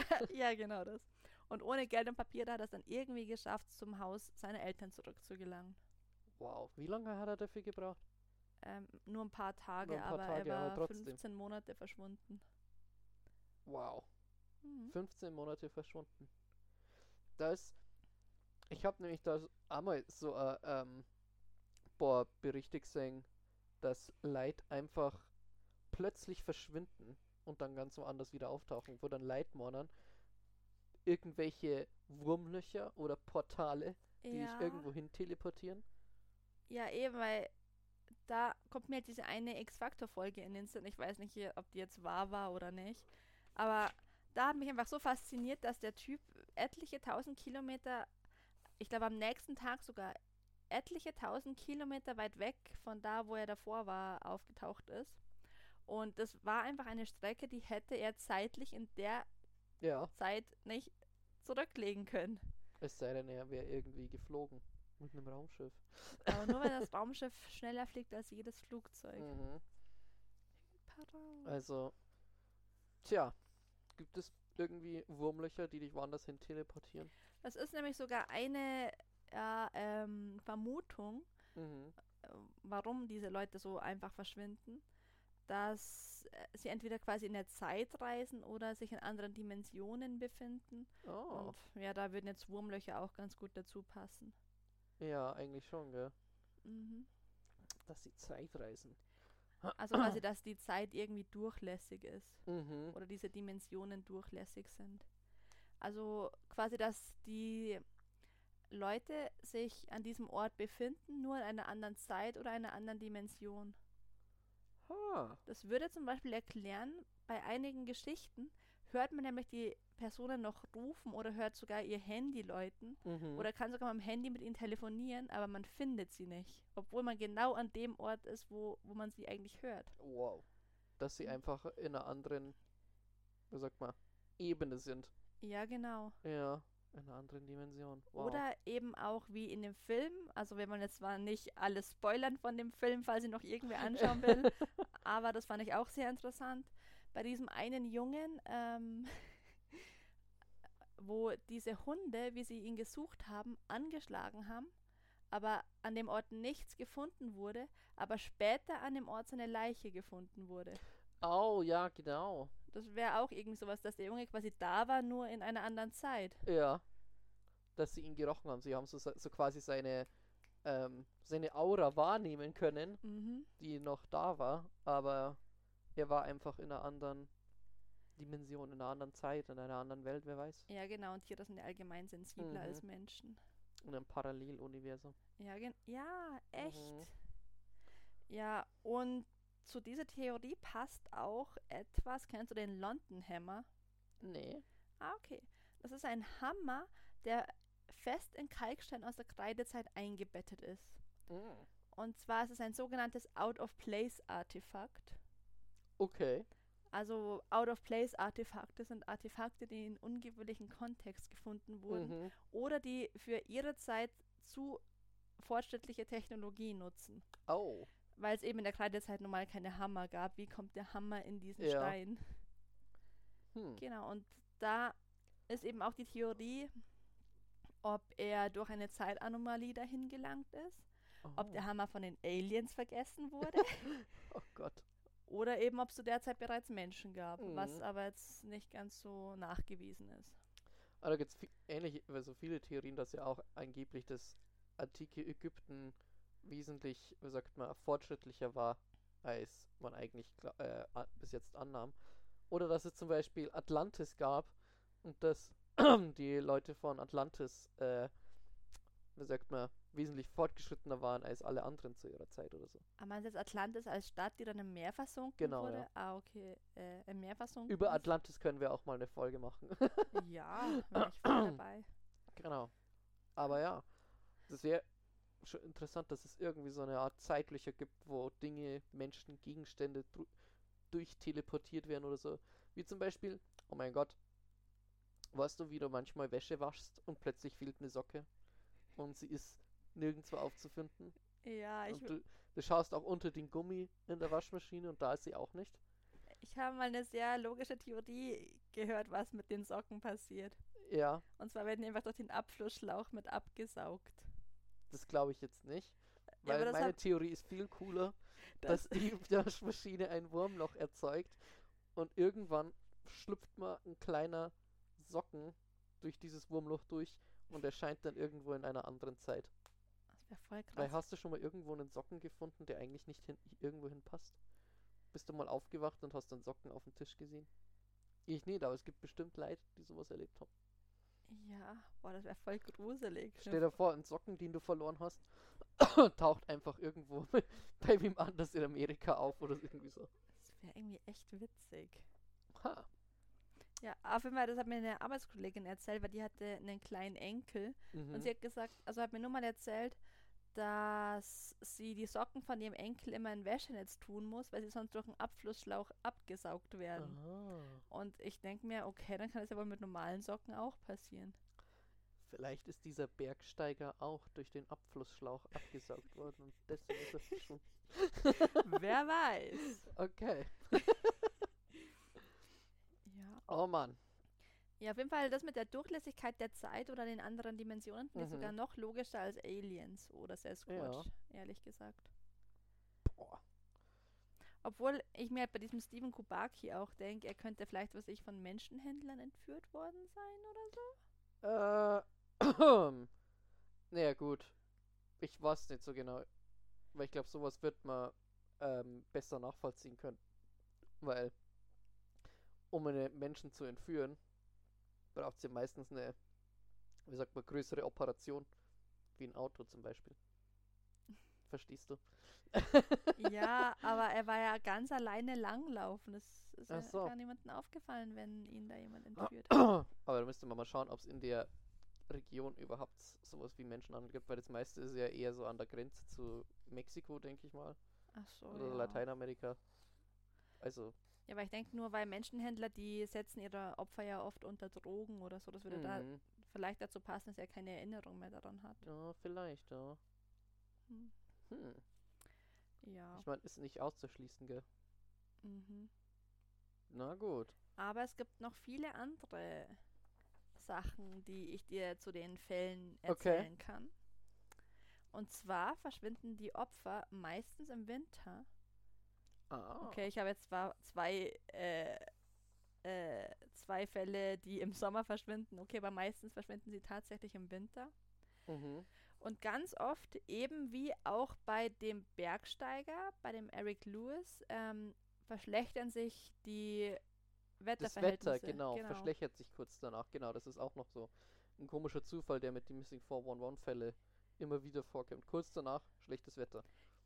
S2: [LAUGHS]
S1: ja, ja, genau das. Und ohne Geld und Papier hat er es dann irgendwie geschafft, zum Haus seiner Eltern zurückzugelangen.
S2: Wow. Wie lange hat er dafür gebraucht?
S1: Ähm, nur ein paar Tage,
S2: Nur ein paar
S1: aber
S2: Tage,
S1: er war
S2: aber trotzdem.
S1: 15 Monate verschwunden.
S2: Wow.
S1: Mhm.
S2: 15 Monate verschwunden. Das. Ich habe nämlich da einmal so ein ähm, boah, Berichte gesehen, dass Leid einfach plötzlich verschwinden und dann ganz woanders wieder auftauchen, wo dann Leitmordern irgendwelche Wurmlöcher oder Portale, die
S1: ja.
S2: dich irgendwo hin teleportieren.
S1: ja, eben, weil da kommt mir diese eine X-Factor-Folge in den Sinn. Ich weiß nicht, hier, ob die jetzt wahr war oder nicht. Aber da hat mich einfach so fasziniert, dass der Typ etliche tausend Kilometer, ich glaube am nächsten Tag sogar, etliche tausend Kilometer weit weg von da, wo er davor war, aufgetaucht ist. Und das war einfach eine Strecke, die hätte er zeitlich in der
S2: Ja,
S1: Zeit nicht zurücklegen können.
S2: es sei denn, er wäre irgendwie geflogen mit einem Raumschiff.
S1: Aber nur weil das [LAUGHS] Raumschiff schneller fliegt als jedes Flugzeug.
S2: Mhm.
S1: Pardon.
S2: Also, tja, gibt es irgendwie Wurmlöcher, die dich woanders hin teleportieren?
S1: Das ist nämlich sogar eine ja, ähm, Vermutung,
S2: Mhm.
S1: äh, warum diese Leute so einfach verschwinden, dass äh, sie entweder quasi in der Zeit reisen oder sich in anderen Dimensionen befinden.
S2: Oh,
S1: Und ja, da würden jetzt Wurmlöcher auch ganz gut dazu passen.
S2: ja, eigentlich schon, gell?
S1: Mhm.
S2: Dass sie Zeitreisen.
S1: Also quasi, dass die Zeit irgendwie durchlässig ist.
S2: Mhm.
S1: oder diese Dimensionen durchlässig sind. Also quasi, dass die Leute sich an diesem Ort befinden, nur in einer anderen Zeit oder einer anderen Dimension.
S2: Ha.
S1: Das würde zum Beispiel erklären, bei einigen Geschichten hört man nämlich die Personen noch rufen oder hört sogar ihr Handy läuten
S2: Mhm.
S1: oder kann sogar mit dem Handy mit ihnen telefonieren, aber man findet sie nicht, obwohl man genau an dem Ort ist, wo, wo man sie eigentlich hört.
S2: wow. Dass sie
S1: Mhm.
S2: einfach in einer anderen, wie sagt man, Ebene sind.
S1: Ja, genau.
S2: Ja, in einer anderen Dimension. Wow.
S1: Oder eben auch wie in dem Film, also wenn man jetzt zwar nicht alles spoilern von dem Film, falls ihn noch irgendwer anschauen will, aber das fand ich auch sehr interessant. Bei diesem einen Jungen, ähm, [LAUGHS] wo diese Hunde, wie sie ihn gesucht haben, angeschlagen haben, aber an dem Ort nichts gefunden wurde, aber später an dem Ort seine Leiche gefunden wurde.
S2: Oh, ja, genau.
S1: Das wäre auch irgendwie sowas, dass der Junge quasi da war, nur in einer anderen Zeit.
S2: Ja. Dass sie ihn gerochen haben. Sie haben so, so quasi seine, ähm, seine Aura wahrnehmen können,
S1: Mhm.
S2: die noch da war, aber er war einfach in einer anderen Dimension, in einer anderen Zeit, in einer anderen Welt, wer weiß.
S1: Ja, genau. Und Tiere sind ja allgemein sensibler
S2: Mhm.
S1: als Menschen.
S2: In einem Paralleluniversum.
S1: Ja, gen ja echt. Ja, und zu dieser Theorie passt auch etwas. Kennst du den London Hammer?
S2: Nee.
S1: Ah, okay. Das ist ein Hammer, der fest in Kalkstein aus der Kreidezeit eingebettet ist.
S2: Mm.
S1: Und zwar ist es ein sogenanntes Out-of-Place-Artefakt.
S2: Okay.
S1: Also Out-of-Place-Artefakte sind Artefakte, die in ungewöhnlichen Kontext gefunden wurden
S2: Mhm.
S1: oder die für ihre Zeit zu fortschrittliche Technologie nutzen.
S2: Oh.
S1: Weil es eben in der Kreidezeit normal keine Hammer gab. Wie kommt der Hammer in diesen
S2: Ja.
S1: Stein?
S2: Hm.
S1: Genau, und da ist eben auch die Theorie, ob er durch eine Zeitanomalie dahin gelangt ist, ob der
S2: Oh.
S1: Hammer von den Aliens vergessen wurde
S2: [LAUGHS] oh Gott.
S1: oder eben ob es zu der Zeit bereits Menschen gab, was
S2: Mhm.
S1: aber jetzt nicht ganz so nachgewiesen ist.
S2: Aber Ah, da gibt es ähnliche, also viele Theorien, dass ja auch angeblich das antike Ägypten wesentlich, wie sagt man, fortschrittlicher war, als man eigentlich gla- äh, a- bis jetzt annahm. Oder dass es zum Beispiel Atlantis gab und dass [CLEARS THROAT] die Leute von Atlantis, äh, wie sagt man, wesentlich fortgeschrittener waren als alle anderen zu ihrer Zeit oder so.
S1: Aber meinst du jetzt Atlantis als Stadt, die dann im Meer versunken
S2: Genau,
S1: wurde?
S2: ja.
S1: Ah, okay. Äh, Im Meer versunken.
S2: Über
S1: ist?
S2: Atlantis können wir auch mal eine Folge machen.
S1: Ja, bin ich voll
S2: [CLEARS THROAT]
S1: dabei.
S2: Genau. Aber ja, das wäre schon interessant, dass es irgendwie so eine Art Zeitlöcher gibt, wo Dinge, Menschen, Gegenstände dru- durchteleportiert werden oder so. Wie zum Beispiel, oh mein Gott, weißt du, wie du manchmal Wäsche waschst und plötzlich fehlt eine Socke und sie ist nirgendwo aufzufinden.
S1: Ja, Ah, ich,
S2: Und du, du schaust auch unter den Gummi in der Waschmaschine und da ist sie auch nicht.
S1: ich habe mal eine sehr logische Theorie gehört, was mit den Socken passiert.
S2: Ja,
S1: Und zwar werden die einfach durch den Abflussschlauch mit abgesaugt.
S2: das glaube ich jetzt nicht.
S1: Ja, aber
S2: Weil
S1: das
S2: meine
S1: hat-
S2: Theorie ist viel cooler.
S1: Das,
S2: dass
S1: [LAUGHS]
S2: die Waschmaschine ein Wurmloch erzeugt und irgendwann schlüpft mal ein kleiner Socken durch dieses Wurmloch durch und erscheint dann irgendwo in einer anderen Zeit.
S1: das wäre voll
S2: Weil
S1: krass.
S2: hast du schon mal irgendwo einen Socken gefunden, der eigentlich nicht hin, irgendwo hinpasst? Bist du mal aufgewacht und hast dann Socken auf dem Tisch gesehen? Ich nicht, aber es gibt bestimmt Leute, die sowas erlebt haben.
S1: Ja, boah, das wäre voll gruselig.
S2: Stell dir vor, ein Socken, den du verloren hast, [COUGHS] taucht einfach irgendwo [LAUGHS] bei wem anders in Amerika auf oder irgendwie so.
S1: Das wäre irgendwie echt witzig.
S2: Ha.
S1: Ja, auf jeden Fall, das hat mir eine Arbeitskollegin erzählt, weil die hatte einen kleinen Enkel.
S2: Mhm.
S1: Und sie hat gesagt, also hat mir nur mal erzählt, dass sie die Socken von ihrem Enkel immer in Wäschenetz tun muss, weil sie sonst durch einen Abflussschlauch abgesaugt werden.
S2: Ah.
S1: Und ich denke mir, okay, dann kann das aber mit normalen Socken auch passieren.
S2: [LAUGHS] Vielleicht ist dieser Bergsteiger auch durch den Abflussschlauch abgesaugt worden und deswegen ist er verschwunden.
S1: Wer weiß.
S2: Okay.
S1: Ja.
S2: Oh Mann.
S1: Ja, auf jeden Fall das mit der Durchlässigkeit der Zeit oder den anderen Dimensionen finde ich
S2: Mhm.
S1: sogar noch logischer als Aliens oder Sasquatch, ehrlich gesagt.
S2: Boah.
S1: Obwohl ich mir halt bei diesem Stephen Kubaki auch denke, er könnte vielleicht, was ich, von Menschenhändlern entführt worden sein oder so.
S2: Äh. [CLEARS THROAT] naja, gut. Ich weiß nicht so genau. Weil ich glaube, sowas wird man ähm, besser nachvollziehen können. Weil, um einen Menschen zu entführen, braucht es ja meistens eine, wie sagt man, größere Operation. Wie ein Auto zum Beispiel. Verstehst du?
S1: [LAUGHS] ja, aber er war ja ganz alleine langlaufen. Es ist
S2: Ach
S1: ja
S2: so.
S1: gar niemandem aufgefallen, wenn ihn da
S2: [CLEARS THROAT]
S1: jemand entführt hat.
S2: Aber da müsste man mal schauen, ob es in der Region überhaupt s- sowas wie Menschenhandel gibt, weil das meiste ist ja eher so an der Grenze zu Mexiko, denke ich mal,
S1: Ach so.
S2: oder
S1: Oh ja.
S2: Lateinamerika. Also,
S1: ja, aber ich denke nur, weil Menschenhändler, die setzen ihre Opfer ja oft unter Drogen oder so. Das würde da
S2: mhm.
S1: vielleicht dazu passen, dass er keine Erinnerung mehr daran hat.
S2: ja, vielleicht, ja.
S1: Hm.
S2: Hm.
S1: Ja.
S2: Ich meine, ist nicht auszuschließen, gell?
S1: Mhm.
S2: Na gut.
S1: Aber es gibt noch viele andere Sachen, die ich dir zu den Fällen
S2: Okay.
S1: erzählen kann. Und zwar verschwinden die Opfer meistens im Winter.
S2: Ah.
S1: Okay, ich habe jetzt zwar zwei, äh, äh, zwei Fälle, die im Sommer verschwinden. Okay, aber meistens verschwinden sie tatsächlich im Winter.
S2: Mhm.
S1: Und ganz oft, eben wie auch bei dem Bergsteiger, bei dem Eric Lewis, ähm, verschlechtern sich die
S2: Das
S1: Wetterverhältnisse.
S2: Wetter, genau, verschlechtert sich kurz danach. Genau, das ist auch noch so ein komischer Zufall, der mit den Missing 411-Fälle immer wieder vorkommt. Kurz danach schlechtes Wetter.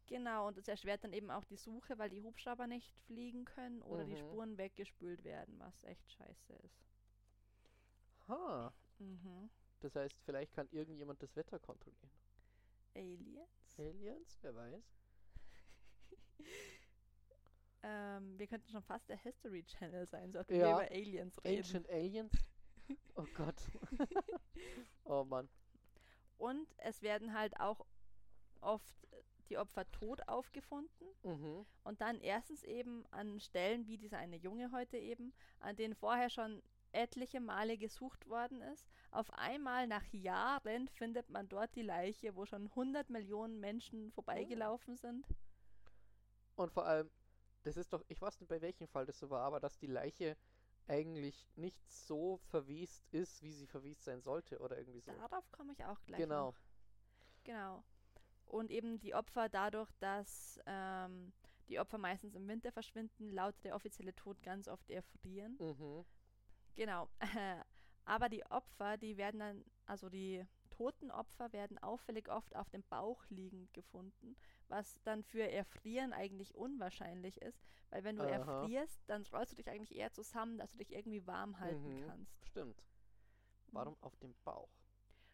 S1: Genau, und es erschwert dann eben auch die Suche, weil die Hubschrauber nicht fliegen können oder die
S2: Mhm.
S1: Spuren weggespült werden, was echt scheiße ist.
S2: Ha.
S1: Mhm.
S2: Das heißt, vielleicht kann irgendjemand das Wetter kontrollieren.
S1: Aliens?
S2: Aliens, wer weiß.
S1: Ähm, wir könnten schon fast der History Channel sein, sollten wir
S2: Ja.
S1: über Aliens reden.
S2: Ancient Aliens? Oh Gott. [LAUGHS] oh Mann.
S1: Und es werden halt auch oft die Opfer tot aufgefunden.
S2: Mhm.
S1: Und dann erstens eben an Stellen wie dieser eine Junge heute eben, an denen vorher schon etliche Male gesucht worden ist. Auf einmal nach Jahren findet man dort die Leiche, wo schon 100 Millionen Menschen vorbeigelaufen sind.
S2: Und vor allem, das ist doch, ich weiß nicht, bei welchem Fall das so war, aber dass die Leiche eigentlich nicht so verwest ist, wie sie verwest sein sollte oder irgendwie so.
S1: Darauf komme ich auch gleich.
S2: Genau.
S1: Noch. Genau. Und eben die Opfer dadurch, dass ähm, die Opfer meistens im Winter verschwinden, lautet der offizielle Tod ganz oft erfrieren.
S2: Mhm.
S1: Genau. [LAUGHS] Aber die Opfer, die werden dann, also die toten Opfer werden auffällig oft auf dem Bauch liegend gefunden, was dann für Erfrieren eigentlich unwahrscheinlich ist, weil wenn du
S2: Aha.
S1: erfrierst, dann rollst du dich eigentlich eher zusammen, dass du dich irgendwie warm halten
S2: Mhm.
S1: kannst.
S2: Stimmt. Warum auf dem Bauch?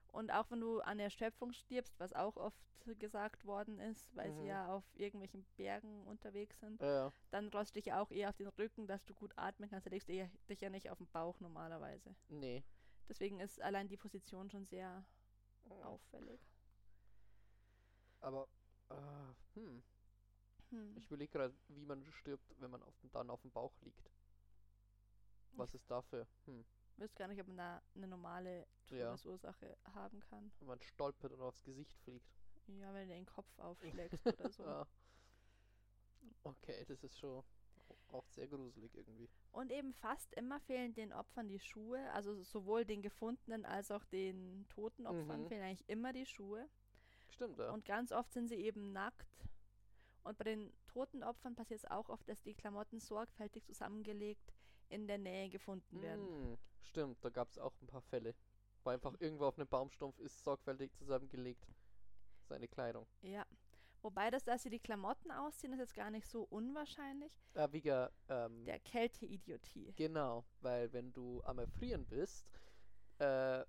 S1: Und auch wenn du an Erschöpfung stirbst, was auch oft gesagt worden ist, weil sie
S2: Mhm.
S1: ja auf irgendwelchen Bergen unterwegs sind,
S2: Ja.
S1: dann rollst du dich ja auch eher auf den Rücken, dass du gut atmen kannst. Da legst du ja- dich ja nicht auf den Bauch normalerweise.
S2: Nee.
S1: Deswegen ist allein die Position schon sehr
S2: Hm.
S1: auffällig.
S2: Aber, äh, hm.
S1: Hm.
S2: Ich überlege gerade, wie man stirbt, wenn man auf dem, dann auf dem Bauch liegt. Was ist dafür? Hm.
S1: Ich wüsste gar nicht, ob man da eine normale
S2: Ja.
S1: Todesursache haben kann.
S2: Wenn man stolpert und aufs Gesicht fliegt.
S1: Ja, wenn du den Kopf
S2: [LAUGHS]
S1: aufschlägst oder so.
S2: Ja. Okay, das ist schon au- auch sehr gruselig irgendwie.
S1: Und eben fast immer fehlen den Opfern die Schuhe. Also sowohl den gefundenen als auch den toten Opfern
S2: Mhm.
S1: fehlen eigentlich immer die Schuhe.
S2: Stimmt, ja.
S1: Und ganz oft sind sie eben nackt. Und bei den toten Opfern passiert es auch oft, dass die Klamotten sorgfältig zusammengelegt in der Nähe gefunden werden.
S2: Mm, stimmt, da gab es auch ein paar Fälle, wo einfach irgendwo auf einem Baumstumpf ist sorgfältig zusammengelegt seine Kleidung.
S1: Ja. Wobei das, dass sie die Klamotten ausziehen, ist jetzt gar nicht so unwahrscheinlich.
S2: Äh, wegen, ähm,
S1: Der Kälteidiotie.
S2: genau, weil wenn du am Erfrieren bist, äh,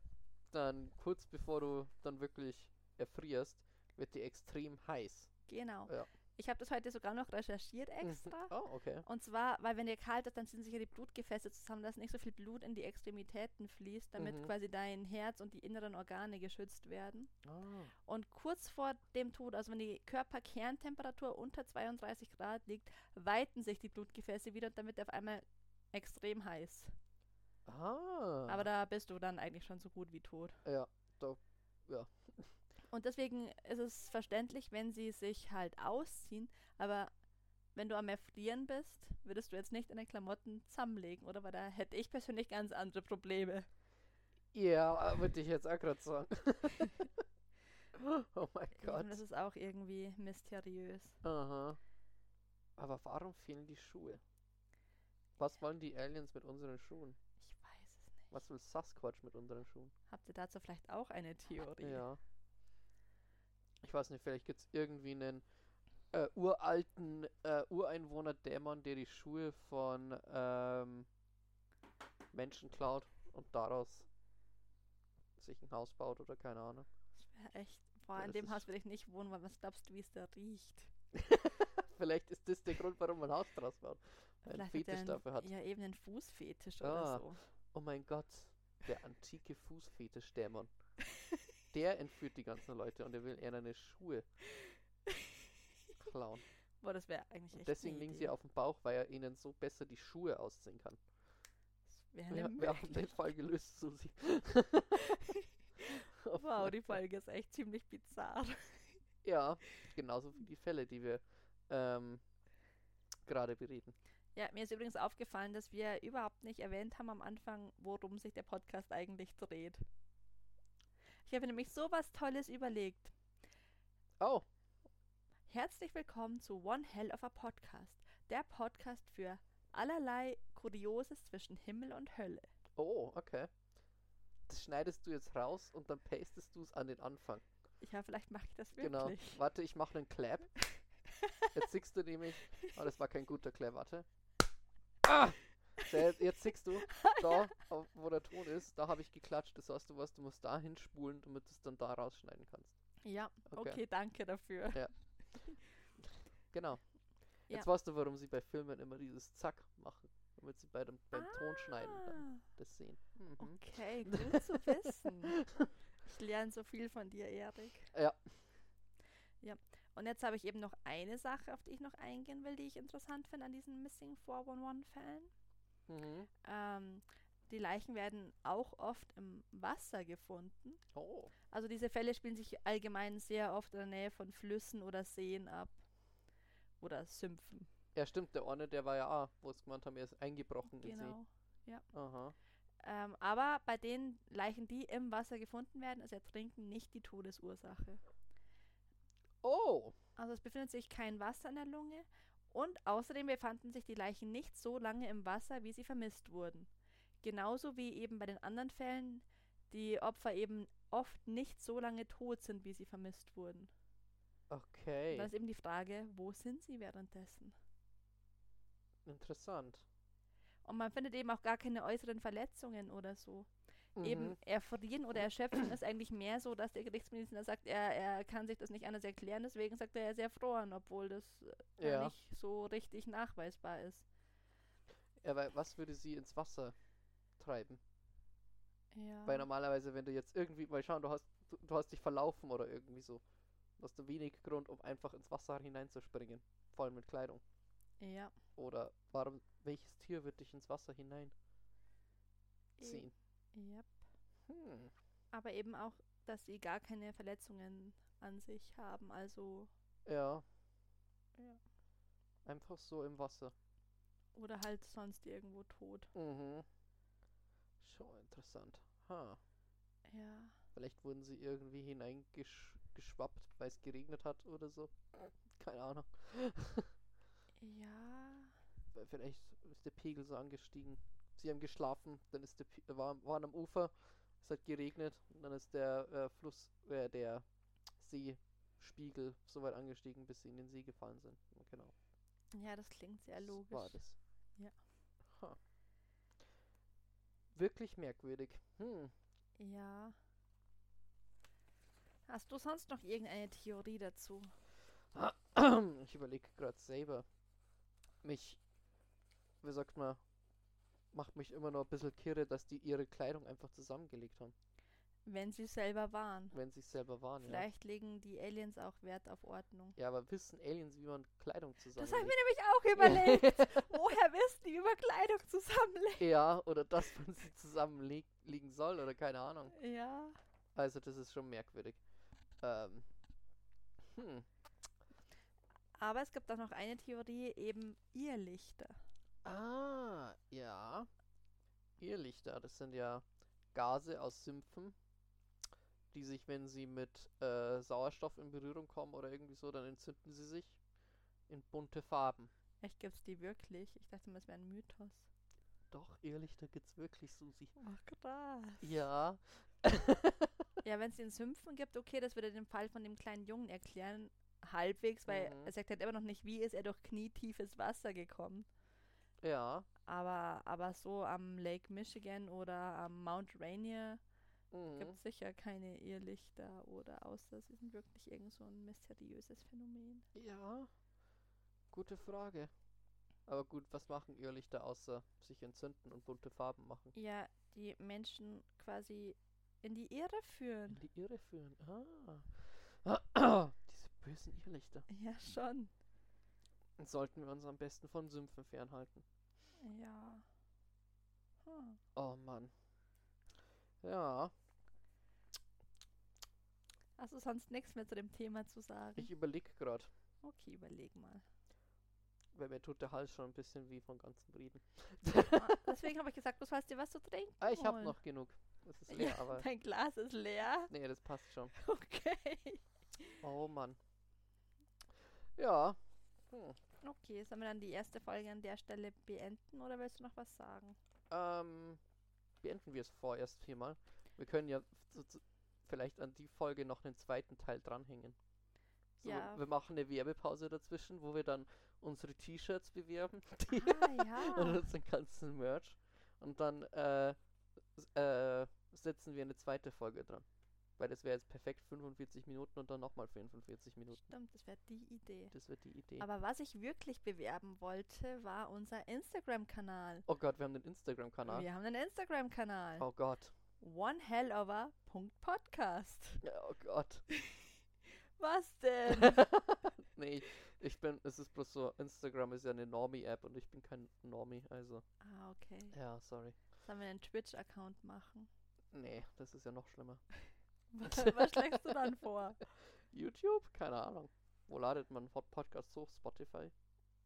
S2: dann kurz bevor du dann wirklich erfrierst, wird die extrem heiß.
S1: Genau.
S2: Ja.
S1: Ich habe das heute sogar noch recherchiert extra.
S2: Oh, okay.
S1: Und zwar, weil wenn dir kalt ist, dann ziehen sich ja die Blutgefäße zusammen, dass nicht so viel Blut in die Extremitäten fließt, damit
S2: Mhm.
S1: quasi dein Herz und die inneren Organe geschützt werden.
S2: Ah,
S1: Und kurz vor dem Tod, also wenn die Körperkerntemperatur unter 32 Grad liegt, weiten sich die Blutgefäße wieder und dann wird auf einmal extrem heiß.
S2: ah.
S1: Aber da bist du dann eigentlich schon so gut wie tot.
S2: ja,
S1: Und deswegen ist es verständlich, wenn sie sich halt ausziehen, aber wenn du am Erfrieren bist, würdest du jetzt nicht deine Klamotten zusammenlegen, oder? Weil da hätte ich persönlich ganz andere Probleme.
S2: ja, würde ich jetzt auch gerade
S1: [LAUGHS]
S2: sagen. oh mein Gott.
S1: Eben, Das ist auch irgendwie mysteriös.
S2: Aha. Aber warum fehlen die Schuhe? Was wollen die Aliens mit unseren Schuhen?
S1: Ich weiß es nicht.
S2: Was will Sasquatch mit unseren Schuhen?
S1: Habt ihr dazu vielleicht auch eine Theorie?
S2: Ja. Ich weiß nicht, vielleicht gibt es irgendwie einen äh, uralten äh, Ureinwohner-Dämon, der die Schuhe von ähm, Menschen klaut und daraus sich ein Haus baut oder keine Ahnung.
S1: Das wäre echt. Boah,
S2: Ja,
S1: in
S2: das
S1: dem
S2: ist-
S1: Haus würde ich nicht wohnen, weil was glaubst du, wie es da riecht?
S2: Vielleicht ist das der Grund, warum man ein Haus draus baut. Weil Ein
S1: Vielleicht hat er
S2: Fetisch
S1: einen-
S2: dafür hat.
S1: Ja, eben einen Fußfetisch
S2: Ah.
S1: oder so.
S2: Oh mein Gott, der antike Fußfetischdämon. Der entführt die ganzen Leute und er will eher
S1: [LAUGHS]
S2: deine Schuhe klauen.
S1: Boah, das wäre eigentlich echt.
S2: Und deswegen
S1: eine
S2: liegen sie
S1: Idee.
S2: auf dem Bauch, weil er ihnen so besser die Schuhe ausziehen kann.
S1: Das
S2: [LAUGHS]
S1: wäre eine
S2: Wir, wir haben den Fall gelöst,
S1: [LAUGHS]
S2: Susi. Oh
S1: Wow,
S2: mein
S1: die
S2: Gott.
S1: Folge ist echt ziemlich bizarr.
S2: Ja, genauso wie die Fälle, die wir ähm, gerade bereden.
S1: Ja, mir ist übrigens aufgefallen, dass wir überhaupt nicht erwähnt haben am Anfang, worum sich der Podcast eigentlich dreht. Ich habe mir nämlich sowas Tolles überlegt.
S2: Oh,
S1: Herzlich willkommen zu One Hell of a Podcast, der Podcast für allerlei Kurioses zwischen Himmel und Hölle.
S2: oh, okay. Das schneidest du jetzt raus und dann pastest du es an den Anfang.
S1: Ja, vielleicht mache ich das
S2: Genau.
S1: wirklich.
S2: Warte, ich mache
S1: [LAUGHS]
S2: einen Clap. Jetzt sickst du nämlich. Oh, das war kein guter Clap, warte. Ah! So, jetzt, jetzt
S1: [LAUGHS]
S2: sickst du. Da, auf- wo der Ton ist, da habe ich geklatscht. Das heißt, du weißt, du musst da hinspulen, damit du es dann da rausschneiden kannst.
S1: Ja,
S2: Okay.
S1: okay, danke dafür.
S2: Genau.
S1: Ja.
S2: Jetzt weißt du, warum sie bei Filmen immer dieses Zack machen. Damit sie bei dem, beim
S1: Ah.
S2: Ton schneiden dann das sehen. Mhm.
S1: Okay, gut zu wissen. Ich lerne so viel von dir, Erik.
S2: Ja.
S1: Ja. Und jetzt habe ich eben noch eine Sache, auf die ich noch eingehen will, die ich interessant finde an diesen Missing 411-Fällen. Oh.
S2: Mhm.
S1: Ähm, die Leichen werden auch oft im Wasser gefunden.
S2: Oh.
S1: Also diese Fälle spielen sich allgemein sehr oft in der Nähe von Flüssen oder Seen ab. Oder Sümpfen.
S2: Ja, stimmt, der Orne, der war ja auch, wo es gemeint haben, er ist eingebrochen in See.
S1: Genau.
S2: Aha.
S1: Ähm, aber bei den Leichen, die im Wasser gefunden werden, ist Ertrinken nicht die Todesursache.
S2: Oh!
S1: Also es befindet sich kein Wasser in der Lunge und außerdem befanden sich die Leichen nicht so lange im Wasser, wie sie vermisst wurden. Genauso wie eben bei den anderen Fällen die Opfer eben oft nicht so lange tot sind, wie sie vermisst wurden.
S2: Okay.
S1: Und dann ist eben die Frage, wo sind sie währenddessen?
S2: Interessant.
S1: Und man findet eben auch gar keine äußeren Verletzungen oder so. Eben
S2: Mhm.
S1: erfrieren oder erschöpfen ist eigentlich mehr so, dass der Gerichtsmediziner sagt, er, er kann sich das nicht anders erklären, deswegen sagt er, er ist erfroren, obwohl das äh,
S2: Ja.
S1: nicht so richtig nachweisbar ist.
S2: Ja, weil was würde sie ins Wasser treiben?
S1: Ja.
S2: Weil normalerweise, wenn du jetzt irgendwie, mal schauen, du hast, du, du hast dich verlaufen oder irgendwie so. Hast du wenig Grund, um einfach ins Wasser hineinzuspringen. Vor allem mit Kleidung.
S1: ja.
S2: Oder warum, welches Tier wird dich ins Wasser hineinziehen?
S1: E- ja.
S2: Hm.
S1: Aber eben auch, dass sie gar keine Verletzungen an sich haben. Also,
S2: Ja.
S1: Ja.
S2: Einfach so im Wasser.
S1: oder halt sonst irgendwo tot.
S2: Mhm. Schon interessant. Ha.
S1: Ja.
S2: Vielleicht wurden sie irgendwie hineingeschwappt, weil es geregnet hat oder so. Keine Ahnung.
S1: Ja.
S2: Weil Vielleicht ist der Pegel so angestiegen. Sie haben geschlafen, dann ist der Pe war, waren am Ufer, es hat geregnet und dann ist der äh, Fluss, äh, der Seespiegel so weit angestiegen, bis sie in den See gefallen sind. Ja, Genau.
S1: Ja, das klingt sehr
S2: das
S1: logisch.
S2: War das.
S1: Ja.
S2: Ha. Wirklich merkwürdig. Hm. [CLEARS THROAT]
S1: Ja. Hast du sonst noch irgendeine Theorie dazu?
S2: Ich überlege gerade selber. Mich, wie sagt man, macht mich immer noch ein bisschen kirre, dass die ihre Kleidung einfach zusammengelegt haben,
S1: Wenn sie selber waren.
S2: wenn sie es selber waren. Ja.
S1: Vielleicht legen die Aliens auch Wert auf Ordnung.
S2: ja, aber wissen Aliens, wie man Kleidung
S1: Das habe ich mir
S2: zusammenlegt?
S1: nämlich auch
S2: [LAUGHS]
S1: überlegt. Woher wissen die über Kleidung zusammenlegen?
S2: ja, oder dass man sie zusammenlegen soll, oder keine Ahnung.
S1: Ja.
S2: Also, das ist schon merkwürdig. Ähm. Hm.
S1: Aber es gibt auch noch eine Theorie, eben Irrlichter.
S2: Ah, ja. Irrlichter, das sind ja Gase aus Sümpfen, die sich, wenn sie mit äh, Sauerstoff in Berührung kommen oder irgendwie so, dann entzünden sie sich in bunte Farben.
S1: Echt gibt's die wirklich? Ich dachte immer, es wäre ein Mythos.
S2: Doch, Irrlichter gibt's wirklich, Susi.
S1: Ach krass.
S2: Ja,
S1: Ja, wenn es den Sümpfen gibt, okay, das würde den Fall von dem kleinen Jungen erklären. Halbwegs, weil
S2: Mhm.
S1: er sagt halt immer noch nicht, wie ist er durch knietiefes Wasser gekommen.
S2: ja.
S1: Aber, aber so am Lake Michigan oder am Mount Rainier
S2: Mhm.
S1: gibt es sicher keine Irrlichter oder außer sie sind wirklich irgend so ein mysteriöses Phänomen.
S2: Ja, gute Frage. Aber gut, was machen Irrlichter außer sich entzünden und bunte Farben machen?
S1: Ja, die Menschen quasi in die Irre
S2: In
S1: führen.
S2: die Irre führen. Ah. [COUGHS] Diese bösen Irrlichter.
S1: Ja, schon.
S2: sollten wir uns am besten von Sümpfen fernhalten.
S1: Ja. Hm.
S2: Oh Mann. Ja.
S1: Hast du sonst nichts mehr zu dem Thema zu sagen?
S2: Ich überlege gerade,
S1: okay, überleg
S2: [LAUGHS]
S1: mal.
S2: weil mir tut der Hals schon ein bisschen weh von ganzen Reden.
S1: Ah, Deswegen habe ich gesagt, du sollst dir was zu trinken.
S2: Ah, ich habe
S1: holen.
S2: noch genug. Das [LAUGHS] ist leer,
S1: Ja,
S2: aber.
S1: dein Glas ist leer. [LAUGHS]
S2: Nee, das passt schon.
S1: Okay.
S2: Oh Mann. Ja. Hm.
S1: Okay, sollen wir dann die erste Folge an der Stelle beenden oder willst du noch was
S2: [LAUGHS]
S1: sagen?
S2: Ähm, beenden wir es vorerst hier mal. Wir können ja so, so, vielleicht an die Folge noch einen zweiten Teil dranhängen. So,
S1: Ja.
S2: Wir machen eine Werbepause dazwischen, wo wir dann unsere T-Shirts bewerben [LAUGHS]
S1: Ah,
S2: und
S1: ja.
S2: unseren ganzen Merch. Und dann äh, s- äh, setzen wir eine zweite Folge dran. Weil das wäre jetzt perfekt 45 Minuten und dann nochmal 45 Minuten.
S1: Stimmt, das wäre die Idee.
S2: Das wird die Idee.
S1: Aber was ich wirklich bewerben wollte, war unser Instagram-Kanal.
S2: oh Gott, wir haben den Instagram-Kanal.
S1: Wir haben einen Instagram-Kanal.
S2: Oh Gott.
S1: Onehellover.podcast.
S2: Ja, Oh Gott.
S1: Was
S2: [LAUGHS]
S1: denn?
S2: nee, ich bin, es ist bloß so, Instagram ist ja eine Normie-App und ich bin kein Normie, also.
S1: ah, okay.
S2: Ja, sorry.
S1: Sollen wir einen Twitch-Account
S2: [LAUGHS]
S1: machen?
S2: Nee, das ist ja noch schlimmer.
S1: Was, was schlägst du dann vor?
S2: YouTube? Keine Ahnung. Wo ladet man Pod- Podcasts hoch? Spotify?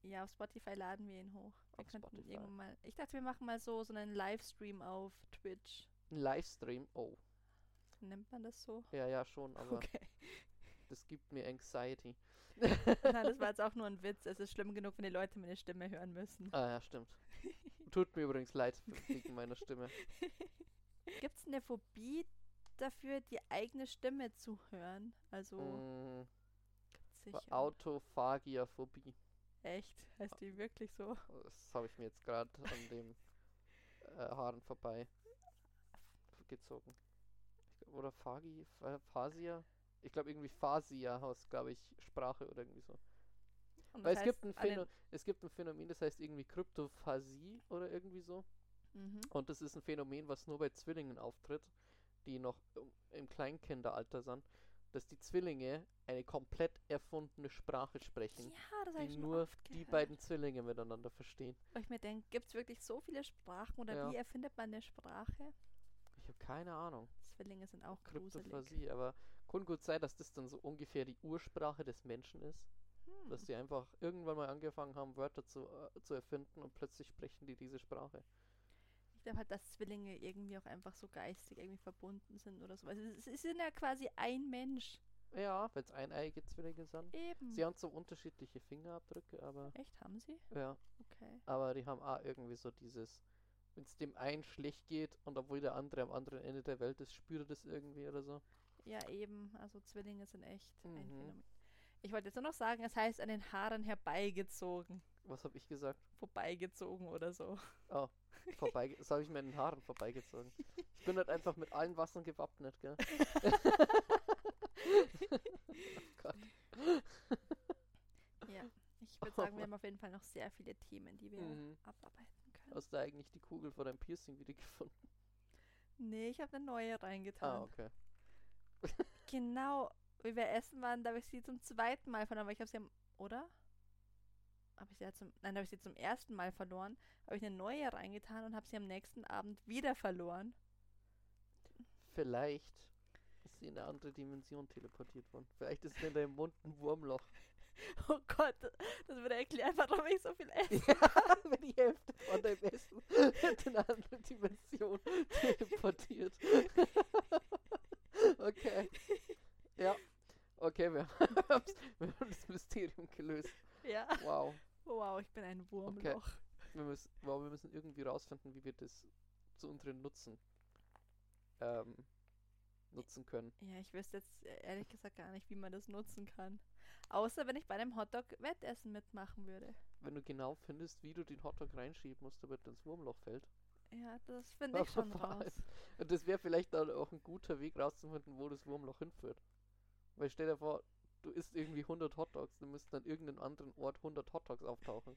S1: Ja, auf Spotify laden wir ihn hoch. Wir
S2: Auf
S1: könnten
S2: Spotify.
S1: irgendwann mal. Ich dachte, wir machen mal so, so einen Livestream auf Twitch.
S2: Ein Livestream? Oh.
S1: Nennt man das so?
S2: Ja, ja, schon, aber
S1: Okay. [LAUGHS]
S2: das gibt mir Anxiety.
S1: Nein, das war jetzt auch nur ein Witz. Es ist schlimm genug, wenn die Leute meine Stimme hören müssen.
S2: Ah, ja, stimmt. Tut mir übrigens leid wegen
S1: [LAUGHS]
S2: meiner Stimme.
S1: Gibt es eine Phobie dafür, die eigene Stimme zu hören? Also,
S2: Mm,
S1: sicher.
S2: Autophagiaphobie.
S1: Echt? Heißt die wirklich so?
S2: Das habe ich mir jetzt gerade an dem äh, Haaren vorbei gezogen. Ich glaub, Oder Fagi, Fa- Phasia? Ich glaube irgendwie Phasia aus, glaube ich, Sprache oder irgendwie so.
S1: Und
S2: Weil
S1: das
S2: es gibt, ein
S1: heißt, alle-
S2: Phäno es gibt ein Phänomen, das heißt irgendwie Kryptophasie oder irgendwie so.
S1: Mhm.
S2: Und das ist ein Phänomen, was nur bei Zwillingen auftritt, die noch im- im Kleinkinderalter sind, dass die Zwillinge eine komplett erfundene Sprache sprechen,
S1: Ja, das habe ich
S2: die
S1: schon
S2: nur
S1: oft
S2: die
S1: gehört.
S2: beiden Zwillinge miteinander verstehen.
S1: Weil ich mir denke, gibt es wirklich so viele Sprachen oder
S2: Ja.
S1: wie erfindet man eine Sprache?
S2: Ich habe keine Ahnung.
S1: Zwillinge sind auch gruselig.
S2: Kryptophasie, aber kann gut sein, dass das dann so ungefähr die Ursprache des Menschen ist,
S1: Hm.
S2: dass die einfach irgendwann mal angefangen haben, Wörter zu, äh, zu erfinden und plötzlich sprechen die diese Sprache.
S1: Ich glaube halt, dass Zwillinge irgendwie auch einfach so geistig irgendwie verbunden sind oder so. Also es- sie sind ja quasi ein Mensch.
S2: Ja, weil es eineige Zwillinge sind.
S1: Eben.
S2: Sie haben so unterschiedliche Fingerabdrücke, aber
S1: Echt, haben sie?
S2: ja,
S1: Okay.
S2: aber die haben auch irgendwie so dieses, wenn es dem einen schlecht geht und obwohl der andere am anderen Ende der Welt ist, spürt er das irgendwie oder so.
S1: Ja, eben. Also Zwillinge sind echt ein
S2: Mhm.
S1: Phänomen. Ich wollte jetzt nur noch sagen, es heißt an den Haaren herbeigezogen.
S2: Was habe ich gesagt?
S1: Vorbeigezogen oder so.
S2: Vorbei, das habe ich mir in den Haaren vorbeigezogen. Ich bin halt einfach mit allen Wassern gewappnet, gell?
S1: Ja. [LAUGHS] Ich würde
S2: Oh [LAUGHS]
S1: sagen, wir
S2: Mann.
S1: haben auf jeden Fall noch sehr viele Themen, die wir
S2: Mhm.
S1: abarbeiten können.
S2: Hast du eigentlich die Kugel vor deinem Piercing wiedergefunden?
S1: Nee, ich habe eine neue reingetan.
S2: Ah, okay.
S1: Genau, wie wir essen waren, da habe ich sie zum zweiten Mal verloren, weil ich habe sie am, oder? Habe ich sie ja zum, nein, habe ich sie zum ersten Mal verloren, habe ich eine neue reingetan und habe sie am nächsten Abend wieder verloren. [LAUGHS]
S2: Vielleicht ist sie in eine andere Dimension teleportiert worden. Vielleicht ist in deinem Mund ein Wurmloch.
S1: Oh Gott, das würde erklären, warum ich so viel
S2: [LAUGHS]
S1: esse.
S2: [LAUGHS] ja, wenn die Hälfte von [LAUGHS] deinem Essen in eine andere Dimension [LAUGHS] teleportiert. okay. Ja. Okay, wir [LAUGHS] haben's- wir haben das Mysterium gelöst.
S1: Ja. Oh,
S2: Wow.
S1: Wow, ich bin ein Wurmloch.
S2: Wir müssen, wow, wir müssen irgendwie rausfinden, wie wir das zu unseren Nutzen ähm, nutzen können.
S1: Ja, ich wüsste jetzt ehrlich gesagt gar nicht, wie man das nutzen kann. Außer wenn ich bei einem Hotdog-Wettessen mitmachen würde.
S2: Wenn du genau findest, wie du den Hotdog reinschieben musst, damit er ins Wurmloch fällt.
S1: Ja, das finde ich schon
S2: Vor allem-
S1: raus.
S2: Und das wäre vielleicht dann auch ein guter Weg rauszufinden, wo das Wurmloch hinführt. Weil stell dir vor, du isst irgendwie 100 Hotdogs, du müsst an irgendeinem anderen Ort 100 Hotdogs auftauchen.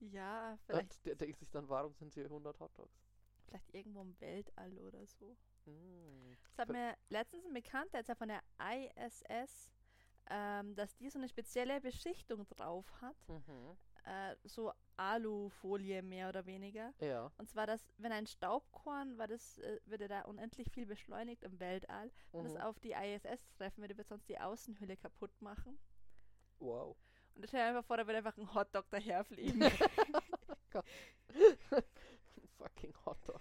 S1: Ja, vielleicht,
S2: Und der denkt sich dann, warum sind hier 100 Hotdogs?
S1: vielleicht irgendwo im Weltall oder so.
S2: Mm.
S1: Das hat
S2: Ver-
S1: mir letztens ein Bekannter jetzt von der ISS, ähm, dass die so eine spezielle Beschichtung drauf hat, äh, so Alufolie mehr oder weniger.
S2: Ja.
S1: Und zwar, dass, wenn ein Staubkorn, war das, äh, würde da unendlich viel beschleunigt im Weltall. Wenn es
S2: Mhm.
S1: auf die ISS treffen würde, würde sonst die Außenhülle kaputt machen.
S2: Wow. [LAUGHS]
S1: Und ich stelle mir einfach vor, da würde einfach ein Hotdog daherfliegen. [LAUGHS]
S2: Fucking Hotdog.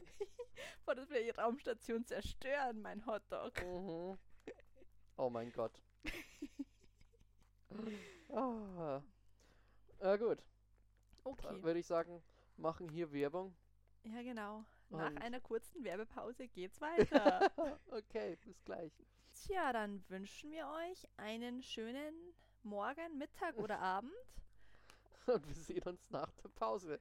S1: Boah, das würde die Raumstation zerstören, mein Hotdog.
S2: Mhm. Oh mein Gott. ah. Ja gut, dann
S1: Okay.
S2: würde ich sagen, machen hier Werbung.
S1: Ja, genau. Nach
S2: Und-
S1: einer kurzen Werbepause geht's weiter.
S2: okay, bis gleich.
S1: Tja, dann wünschen wir euch einen schönen Morgen, Mittag oder Abend.
S2: Und wir sehen uns nach der Pause.